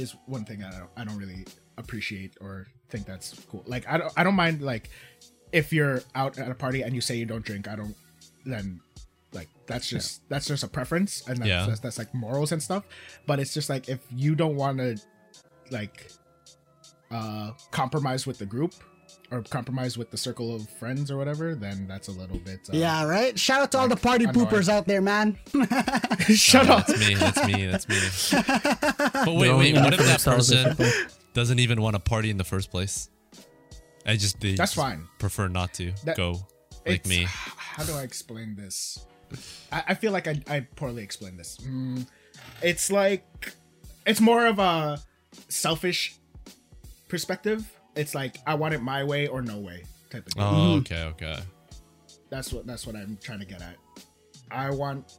Speaker 5: Is one thing I don't, I don't really appreciate or think that's cool. Like I don't I don't mind like if you're out at a party and you say you don't drink, I don't then like that's just that's just a preference and that's,
Speaker 3: Yeah.
Speaker 5: that's that's like morals and stuff but it's just like if you don't want to like uh compromise with the group or compromise with the circle of friends or whatever then that's a little bit uh,
Speaker 1: Yeah, right? Shout out to all the party
Speaker 5: annoying.
Speaker 1: poopers out there, man.
Speaker 5: (laughs) shut
Speaker 3: Oh,
Speaker 5: up
Speaker 3: That's me. That's me. That's
Speaker 5: (laughs)
Speaker 3: me. But wait,
Speaker 2: They're only
Speaker 3: wait.
Speaker 2: in it
Speaker 3: What if
Speaker 2: for
Speaker 3: that
Speaker 2: themselves, those
Speaker 3: person
Speaker 2: people.
Speaker 3: doesn't even want to party in the first place? I just they
Speaker 5: That's
Speaker 3: just
Speaker 5: fine.
Speaker 3: Prefer not to
Speaker 5: That-
Speaker 3: go like
Speaker 5: It's-
Speaker 3: me.
Speaker 5: how do i explain this i, I feel like I, I poorly explained this Mm, it's like it's more of a selfish perspective it's like i want it my way or no way type of thing
Speaker 3: Oh, okay, okay.
Speaker 5: That's what that's what I'm trying to get at. I want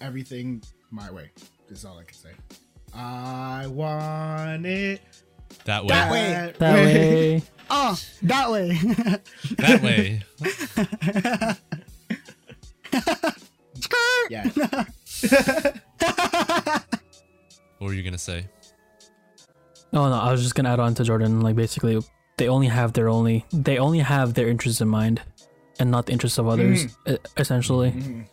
Speaker 5: everything my way. Is all I can say. I want it
Speaker 3: That way.
Speaker 1: That
Speaker 3: That way.
Speaker 1: way.
Speaker 5: that,
Speaker 2: That
Speaker 3: (laughs)
Speaker 2: way.
Speaker 1: Oh, that way.
Speaker 5: (laughs)
Speaker 1: (laughs)
Speaker 5: Yeah.
Speaker 3: What were you gonna say?
Speaker 2: Oh no, I was just gonna add on to Jordan. Like basically, they only have their only they only have their interests in mind, and not the interests of others. e- Essentially,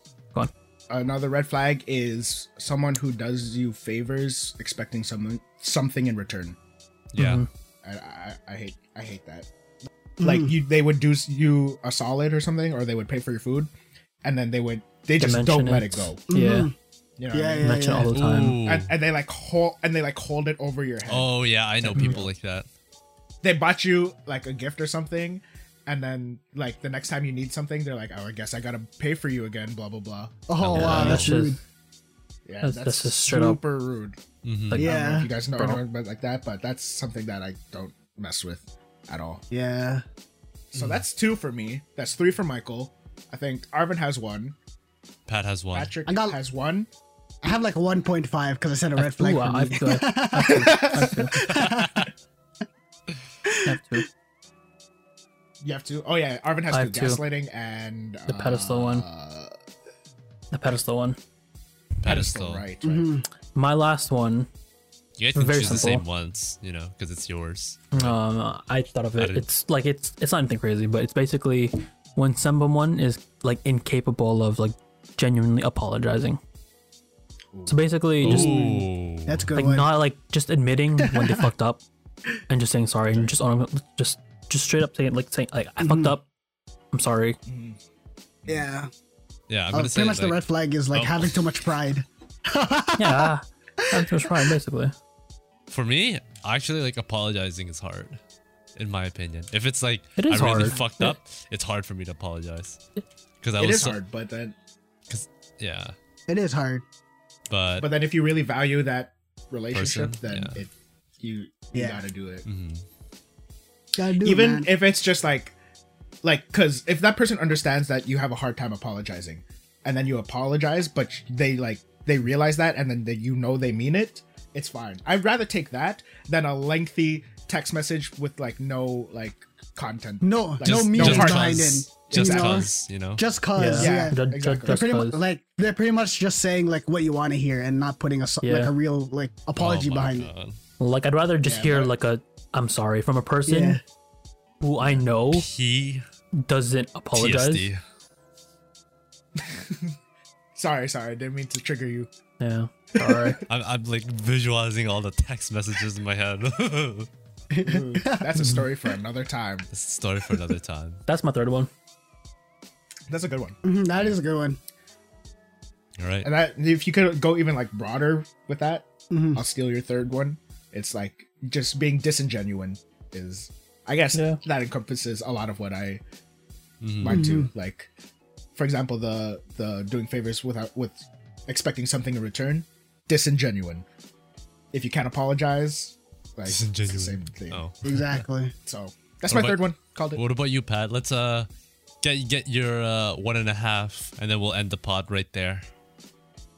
Speaker 5: Another red flag is someone who does you favors expecting something something in return.
Speaker 3: Yeah.
Speaker 5: I, I, I hate I hate that. Like
Speaker 1: Mm.
Speaker 5: you, they would do s- you a solid or something, or they would pay for your food, and then they would they just don't
Speaker 2: Dimension
Speaker 5: let it go.
Speaker 2: Yeah,
Speaker 5: You know what I
Speaker 1: Yeah,
Speaker 5: mean?
Speaker 1: yeah,
Speaker 2: mention
Speaker 1: yeah.
Speaker 2: all the time.
Speaker 3: Ooh.
Speaker 5: And, and they like hold and they like hold it over your head.
Speaker 3: oh yeah, I know people like that.
Speaker 5: they bought you like a gift or something and then like the next time you need something they're like oh i guess i gotta pay for you again blah blah blah
Speaker 1: Oh, wow,
Speaker 2: that's
Speaker 1: that's rude.
Speaker 2: just
Speaker 5: yeah
Speaker 2: That's-
Speaker 5: that's,
Speaker 2: that's just straight up-
Speaker 5: super rude
Speaker 3: Mm-hmm.
Speaker 2: like
Speaker 5: I don't know
Speaker 1: Yeah.
Speaker 5: if you guys know
Speaker 2: Bro.
Speaker 5: anyone but like that but that's something that i don't mess with at all
Speaker 1: Yeah. Mm.
Speaker 5: so that's two for me that's three for michael i think arvin has one
Speaker 3: Pat has one.
Speaker 5: patrick
Speaker 1: I got-
Speaker 5: has one
Speaker 1: I have like a 1.5 because I said a red
Speaker 2: Ooh,
Speaker 1: flag.
Speaker 2: wow,
Speaker 1: for
Speaker 2: I
Speaker 1: me.
Speaker 2: have to.
Speaker 1: (laughs)
Speaker 2: I have to. I have to. I have to.
Speaker 5: you have two. Oh yeah arvin has
Speaker 2: I
Speaker 5: two
Speaker 2: have two.
Speaker 5: gaslighting and uh,
Speaker 2: The pedestal one.
Speaker 1: Uh,
Speaker 2: The pedestal one.
Speaker 3: Pedestal.
Speaker 5: pedestal oh, right, right.
Speaker 1: Mm-hmm.
Speaker 2: My last one.
Speaker 3: You guys can
Speaker 2: Very
Speaker 3: choose the
Speaker 2: simple.
Speaker 3: same ones, you know, because it's yours.
Speaker 2: Um, I thought of
Speaker 3: I
Speaker 2: it.
Speaker 3: didn't-
Speaker 2: It's like it's it's not anything crazy, but it's basically when someone is like incapable of like genuinely apologizing. So basically, just
Speaker 3: Ooh.
Speaker 1: That's a good
Speaker 2: like
Speaker 1: one.
Speaker 2: not like just admitting when
Speaker 1: (laughs)
Speaker 2: they fucked up and just saying sorry and just on just just straight up saying like saying like I
Speaker 1: Mm.
Speaker 2: fucked up. I'm sorry.
Speaker 1: yeah.
Speaker 3: yeah, I'm
Speaker 1: Uh,
Speaker 3: gonna say
Speaker 1: pretty much the
Speaker 3: like-
Speaker 1: red flag is like
Speaker 3: Oh.
Speaker 1: having too much pride.
Speaker 2: Yeah, that's (laughs) just fine. Basically,
Speaker 3: For me, actually, like apologizing is hard, in my opinion. If it's like
Speaker 2: It is
Speaker 3: I really
Speaker 2: hard.
Speaker 3: fucked up, it's hard for me to apologize because I
Speaker 5: it
Speaker 3: was
Speaker 5: is
Speaker 3: so-
Speaker 5: hard but then
Speaker 3: Cause, yeah,
Speaker 1: It is hard.
Speaker 3: but,
Speaker 5: but then if you really value that relationship
Speaker 3: Person,
Speaker 5: then
Speaker 3: yeah.
Speaker 5: it you you
Speaker 1: Yeah.
Speaker 5: gotta do it
Speaker 3: Mhm.
Speaker 1: Gotta do it,
Speaker 5: even
Speaker 1: man.
Speaker 5: if it's just like like because if that person understands that you have a hard time apologizing and then you apologize but they like they realize that and then they, you know they mean it it's fine i'd rather take that than a lengthy text message with like no like content
Speaker 1: No,
Speaker 5: Like,
Speaker 1: no
Speaker 3: just,
Speaker 1: meaning
Speaker 3: just
Speaker 1: behind it.
Speaker 3: cause, just
Speaker 1: you know?
Speaker 3: cause, you know.
Speaker 1: Just cause.
Speaker 2: Oh, yeah,
Speaker 1: Yeah.
Speaker 2: Ju- ju-
Speaker 5: exactly.
Speaker 1: They're
Speaker 2: just
Speaker 1: pretty much,
Speaker 2: 'cause.
Speaker 1: like they're pretty much just saying like what you want to hear and not putting a so- like
Speaker 2: Yeah.
Speaker 1: a real like apology
Speaker 3: Oh my
Speaker 1: behind it.
Speaker 3: God.
Speaker 2: Like I'd rather just
Speaker 5: Yeah,
Speaker 2: hear
Speaker 5: but-
Speaker 2: like a I'm sorry from a person
Speaker 1: Yeah.
Speaker 2: who I know
Speaker 3: P-
Speaker 2: doesn't apologize.
Speaker 3: TSD.
Speaker 5: sorry sorry i didn't mean to trigger you
Speaker 2: Yeah. Sorry.
Speaker 3: I'm, I'm like visualizing all the text messages in my head. (laughs) This
Speaker 5: Ooh, (laughs) that's a story for another time
Speaker 3: is a story for another time.
Speaker 2: That's my third one.
Speaker 5: that's a good one
Speaker 1: Mhm, that is a good one.
Speaker 3: All right.
Speaker 5: And that if you could go even like broader with that, I'll steal your third one. It's like just being disingenuine is I guess
Speaker 2: Yeah.
Speaker 5: that encompasses a lot of what I
Speaker 3: Mm-hmm.
Speaker 5: mine too. Like for example, the the doing favors without with expecting something in return, disingenuine. If you can't apologize, like it's the
Speaker 3: Disingenuine.
Speaker 5: same thing.
Speaker 3: Oh.
Speaker 1: Exactly.
Speaker 5: So that's
Speaker 3: What
Speaker 5: my
Speaker 3: about-
Speaker 5: third one. Called it.
Speaker 3: What about you, Pat? Let's uh get get your uh one and a half, and then we'll end the pod right there.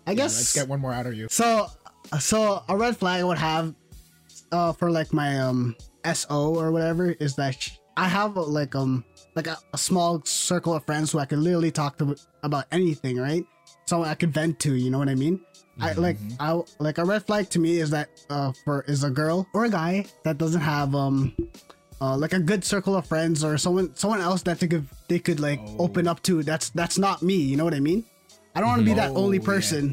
Speaker 1: I
Speaker 5: Let's
Speaker 1: guess
Speaker 5: get one more out of you.
Speaker 1: so. So a red flag I would have, uh, for like my um SO or whatever is that sh- I have uh, like um like a, a small circle of friends who I can literally talk to about anything, right? So I could vent to, you know what I mean? I like I like a red flag to me is that uh for is a girl or a guy that doesn't have um uh, like a good circle of friends or someone someone else that they could they could like open up to. That's that's not me. You know what I mean? I don't want to be that only
Speaker 5: Oh, yeah.
Speaker 1: person.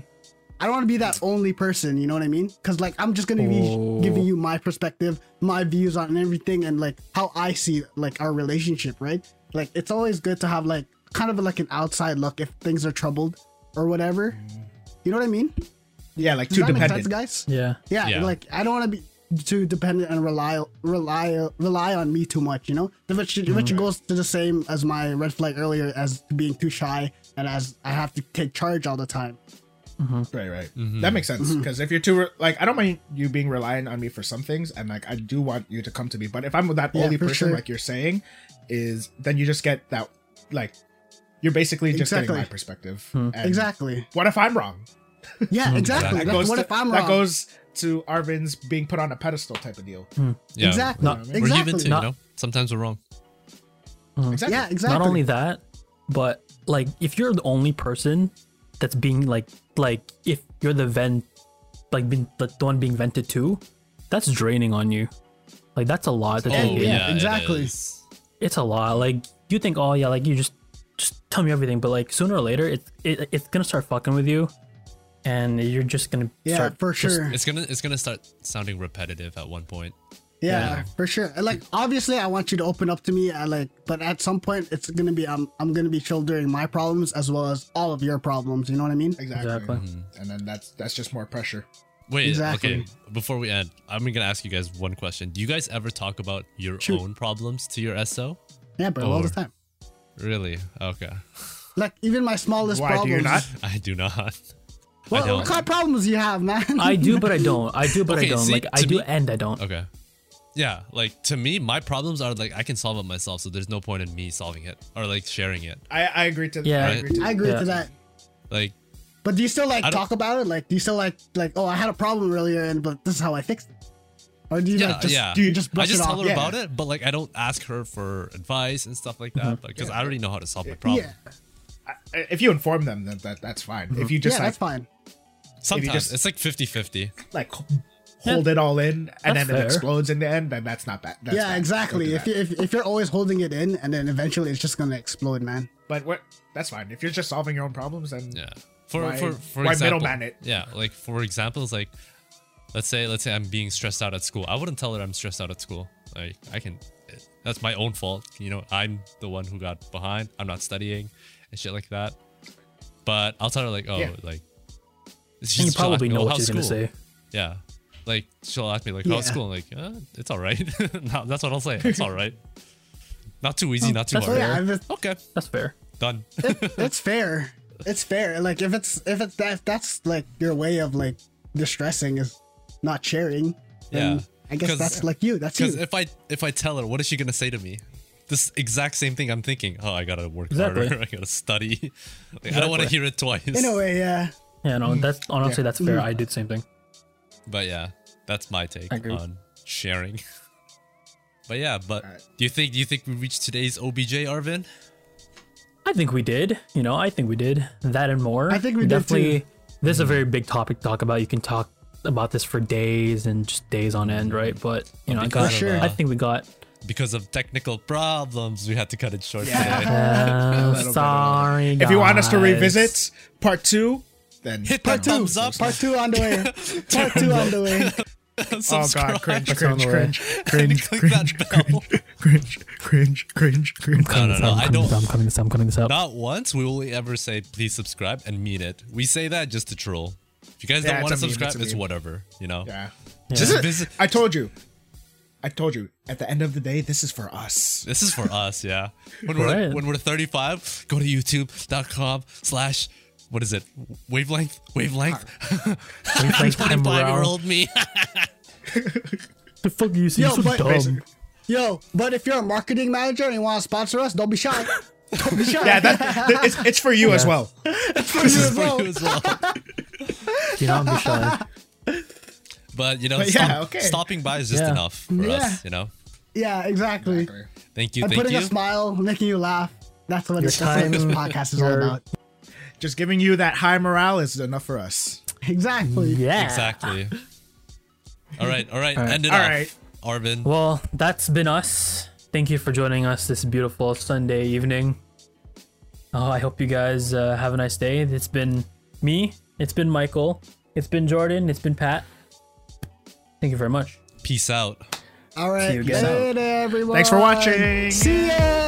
Speaker 1: I don't want to be that only person. You know what I mean? Because like I'm just gonna
Speaker 2: Oh.
Speaker 1: be giving you my perspective, my views on everything, and like how I see like our relationship. Right? Like it's always good to have like kind of like an outside look if things are troubled or whatever. You know what I mean?
Speaker 5: Yeah, like
Speaker 1: Does
Speaker 5: Mm. too
Speaker 1: that make
Speaker 5: dependent.
Speaker 1: sense, guys?
Speaker 2: Yeah.
Speaker 1: Yeah,
Speaker 3: Yeah.
Speaker 1: like I don't want to be too dependent and rely rely rely on me too much. You know, which which
Speaker 5: Mm-hmm.
Speaker 1: goes to the same as my red flag earlier as being too shy and as I have to take charge all the time.
Speaker 5: Right, right.
Speaker 1: Mm-hmm.
Speaker 5: That makes sense because if you're too re- like, I don't mind you being reliant on me for some things, and like I do want you to come to me. But if I'm that
Speaker 1: Yeah,
Speaker 5: only
Speaker 1: for
Speaker 5: person,
Speaker 1: sure.
Speaker 5: like you're saying, is then you just get that like you're basically just
Speaker 1: Exactly.
Speaker 5: getting my perspective. And
Speaker 1: Exactly.
Speaker 5: What if I'm wrong?
Speaker 1: Yeah, exactly.
Speaker 3: That
Speaker 1: That's- what
Speaker 5: to,
Speaker 1: if I'm
Speaker 5: that
Speaker 1: wrong?
Speaker 5: goes to Arvin's being put on a pedestal type of deal.
Speaker 1: Hmm.
Speaker 3: Yeah.
Speaker 1: Exactly.
Speaker 2: Not-
Speaker 3: We're
Speaker 1: exactly.
Speaker 3: human too,
Speaker 2: Not-
Speaker 3: you know? Sometimes we're wrong.
Speaker 5: Exactly.
Speaker 1: Hmm. Yeah, exactly.
Speaker 2: Not only that, but like if you're the only person that's being like like if you're the vent like being the the one being vented to, that's draining on you. Like that's a lot. That you're
Speaker 3: Oh, yeah,
Speaker 2: getting.
Speaker 3: it
Speaker 1: exactly.
Speaker 3: is.
Speaker 2: It's a lot. Like you think, oh yeah, like you just just tell me everything, but like sooner or later, it's it, it's gonna start fucking with you, and you're just gonna
Speaker 1: yeah,
Speaker 2: start
Speaker 1: for
Speaker 2: just-
Speaker 1: sure.
Speaker 3: It's gonna it's gonna start sounding repetitive at one point.
Speaker 1: yeah, for sure. And, Like obviously, I want you to open up to me. I like, but at some point, it's gonna be I'm I'm gonna be shouldering my problems as well as all of your problems. You know what I mean?
Speaker 5: Exactly.
Speaker 2: Exactly.
Speaker 5: And then that's that's just more pressure.
Speaker 3: Wait,
Speaker 1: Exactly.
Speaker 3: okay. Before we end, I'm gonna ask you guys one question. Do you guys ever talk about your
Speaker 1: Shoot.
Speaker 3: own problems to your SO?
Speaker 1: Yeah, bro, all the
Speaker 3: Or-
Speaker 1: time.
Speaker 3: Really? Okay.
Speaker 1: Like even my smallest
Speaker 5: Why
Speaker 1: problems.
Speaker 5: do you not?
Speaker 3: I do not. (laughs)
Speaker 1: What,
Speaker 3: don't.
Speaker 1: what kind of problems you have, man?
Speaker 2: I do, but I don't. I do, but
Speaker 3: Okay,
Speaker 2: I don't.
Speaker 3: see,
Speaker 2: like I
Speaker 3: to
Speaker 2: do,
Speaker 3: me- Oh,
Speaker 2: and I don't.
Speaker 3: Okay. Yeah, like to me, my problems are like I can solve it myself, so there's no point in me solving it or like sharing it.
Speaker 5: I I agree to
Speaker 2: Yeah.
Speaker 5: I agree to
Speaker 1: (laughs) I agree
Speaker 2: Yeah.
Speaker 1: to that.
Speaker 3: Like,
Speaker 1: But do you still like
Speaker 3: I don't-
Speaker 1: talk about it? Like, do you still like like oh I had a problem earlier and but this is how I fixed it? Or do you
Speaker 3: yeah,
Speaker 1: like just
Speaker 3: yeah.
Speaker 1: do you just brush
Speaker 3: I just
Speaker 1: it
Speaker 3: tell
Speaker 1: off?
Speaker 3: her
Speaker 5: Yeah.
Speaker 3: about it, but like I don't ask her for advice and stuff like that because I already know how to solve my problem.
Speaker 1: Mm-hmm. Yeah,
Speaker 5: If you inform them, then that that's fine. If you just
Speaker 1: Mm-hmm. yeah,
Speaker 5: like
Speaker 1: that's fine.
Speaker 3: Sometimes
Speaker 5: just-
Speaker 3: it's like 50-50.
Speaker 5: like hold it all in
Speaker 2: That's
Speaker 5: and then
Speaker 2: fair.
Speaker 5: it explodes in the end, then that's not bad. That's
Speaker 1: yeah,
Speaker 5: bad. Don't
Speaker 1: exactly.
Speaker 5: do
Speaker 1: If,
Speaker 5: that.
Speaker 1: you, if if you're always holding it in and then eventually it's just gonna explode, man.
Speaker 5: but what that's fine. If you're just solving your own problems, then
Speaker 3: Yeah. For
Speaker 5: Why-
Speaker 3: for for
Speaker 5: why
Speaker 3: example,
Speaker 5: middleman it?
Speaker 3: Yeah, like for example, it's like let's say let's say I'm being stressed out at school. I wouldn't tell her I'm stressed out at school. Like I can that's my own fault. You know, I'm the one who got behind. I'm not studying and shit like that. But I'll tell her like, oh,
Speaker 5: Yeah.
Speaker 3: like
Speaker 2: And you
Speaker 3: she's
Speaker 2: probably know what
Speaker 3: "Oh, how's
Speaker 2: she's gonna
Speaker 3: school?"
Speaker 2: say.
Speaker 3: Yeah. Like she'll ask me like,
Speaker 1: Yeah.
Speaker 3: "How's school?" I'm like, uh, "It's all right." (laughs) no, that's what I'll say. It's all right. Not too
Speaker 5: Oh,
Speaker 3: easy, not too
Speaker 2: that's
Speaker 1: So
Speaker 3: hard.
Speaker 1: yeah, if it's,
Speaker 3: Okay,
Speaker 2: That's fair.
Speaker 3: done.
Speaker 1: it's fair. It's fair. Like if it's if it's that if that's like your way of like distressing is not sharing. Then
Speaker 3: Yeah.
Speaker 1: I guess
Speaker 3: 'Cause-
Speaker 1: that's like you. That's you.
Speaker 3: Because if I if I tell her, what is she gonna say to me? This exact same thing I'm thinking. Oh, I gotta work
Speaker 2: Exactly.
Speaker 3: harder. (laughs) I gotta study. Like, I don't want to hear it twice.
Speaker 1: in a way, yeah.
Speaker 2: Yeah,
Speaker 1: Mm-hmm.
Speaker 2: no, that's honestly that's fair. I do the same thing.
Speaker 3: But yeah, that's my take
Speaker 2: I agree.
Speaker 3: on sharing. (laughs) but yeah, but
Speaker 5: Alright.
Speaker 3: do you think do you think we reached today's OBJ, Arvin?
Speaker 2: I think we did. You know, I think we did that and more.
Speaker 1: I think we did
Speaker 2: definitely.
Speaker 1: too.
Speaker 2: This is
Speaker 3: Mm-hmm.
Speaker 2: a very big topic to talk about. You can talk about this for days and just days on end, right? But you know, I,
Speaker 3: Because
Speaker 2: got,
Speaker 1: For sure.
Speaker 2: I think we got
Speaker 3: Because of technical problems, we had to cut it short today.
Speaker 2: Uh, sorry.
Speaker 5: if you want us to
Speaker 2: guys.
Speaker 5: revisit part two, then
Speaker 3: Hit
Speaker 1: Part (laughs)
Speaker 3: that
Speaker 1: two.
Speaker 3: thumbs up.
Speaker 1: Part two on the
Speaker 3: (laughs)
Speaker 1: way. Part
Speaker 5: (laughs)
Speaker 1: two on the way.
Speaker 5: oh
Speaker 3: subscribe. (laughs)
Speaker 5: god, cringe,
Speaker 2: on
Speaker 5: cringe,
Speaker 2: the way.
Speaker 5: cringe, cringe,
Speaker 3: Click
Speaker 5: cringe,
Speaker 3: that bell.
Speaker 5: (laughs) cringe, cringe, cringe, cringe.
Speaker 3: No, no, no.
Speaker 2: I'm
Speaker 3: I
Speaker 2: cutting this out,
Speaker 3: don't.
Speaker 2: I'm cutting this out. I'm cutting this out.
Speaker 3: Not once will we ever say please subscribe and mean it. We say that just to troll. If you guys
Speaker 5: Yeah,
Speaker 3: don't want
Speaker 5: it's
Speaker 3: to
Speaker 5: a meme, it's
Speaker 3: subscribe,
Speaker 5: a
Speaker 3: it's,
Speaker 5: meme.
Speaker 3: whatever. You know.
Speaker 5: Yeah.
Speaker 3: Just
Speaker 5: This is-
Speaker 3: visit-
Speaker 5: I told you. I told you. At the end of the day, this is for us.
Speaker 3: This is for us. Yeah. When we're
Speaker 2: Right.
Speaker 3: when we're 35, go to youtube.com slash what is it? Wavelength. Wavelength. (laughs)
Speaker 2: We play time
Speaker 3: 25 year
Speaker 2: around.
Speaker 3: old me. (laughs)
Speaker 2: The fuck you see?
Speaker 1: Yo,
Speaker 2: You're so
Speaker 1: but-
Speaker 2: dumb.
Speaker 1: Yo, but if you're a marketing manager and you want to sponsor us, don't be shy. Don't be shy.
Speaker 3: (laughs)
Speaker 5: Yeah, that, that- it's, it's for you as well.
Speaker 1: for you as
Speaker 3: For
Speaker 1: well.
Speaker 3: you as well.
Speaker 2: Do not be
Speaker 5: (laughs)
Speaker 2: shy.
Speaker 3: But you know,
Speaker 5: But
Speaker 3: stop-
Speaker 5: yeah, okay.
Speaker 3: stopping by is just
Speaker 2: Yeah.
Speaker 3: enough for
Speaker 1: Yeah.
Speaker 3: us. You know,
Speaker 1: (laughs) Yeah, exactly.
Speaker 5: Exactly.
Speaker 3: thank you,
Speaker 1: And
Speaker 3: thank
Speaker 1: putting
Speaker 3: you.
Speaker 1: a smile, making you laugh. That's what,
Speaker 2: Your
Speaker 1: this, that's what this
Speaker 2: time,
Speaker 1: podcast is all
Speaker 2: your-
Speaker 1: about.
Speaker 5: Just giving you that high morale is enough for us.
Speaker 1: Exactly.
Speaker 2: Yeah.
Speaker 3: Exactly. All right, all right,
Speaker 2: All right.
Speaker 3: end it
Speaker 5: All
Speaker 3: off,
Speaker 5: right.
Speaker 3: Arvin.
Speaker 2: Well, that's been us. Thank you for joining us this beautiful Sunday evening. Oh, I hope you guys uh, have a nice day. It's been me. It's been Michael. It's been Jordan. It's been Pat. Thank you very much.
Speaker 3: Peace out.
Speaker 1: All right.
Speaker 5: you again.
Speaker 1: Later, everyone.
Speaker 5: Thanks for watching.
Speaker 1: See ya.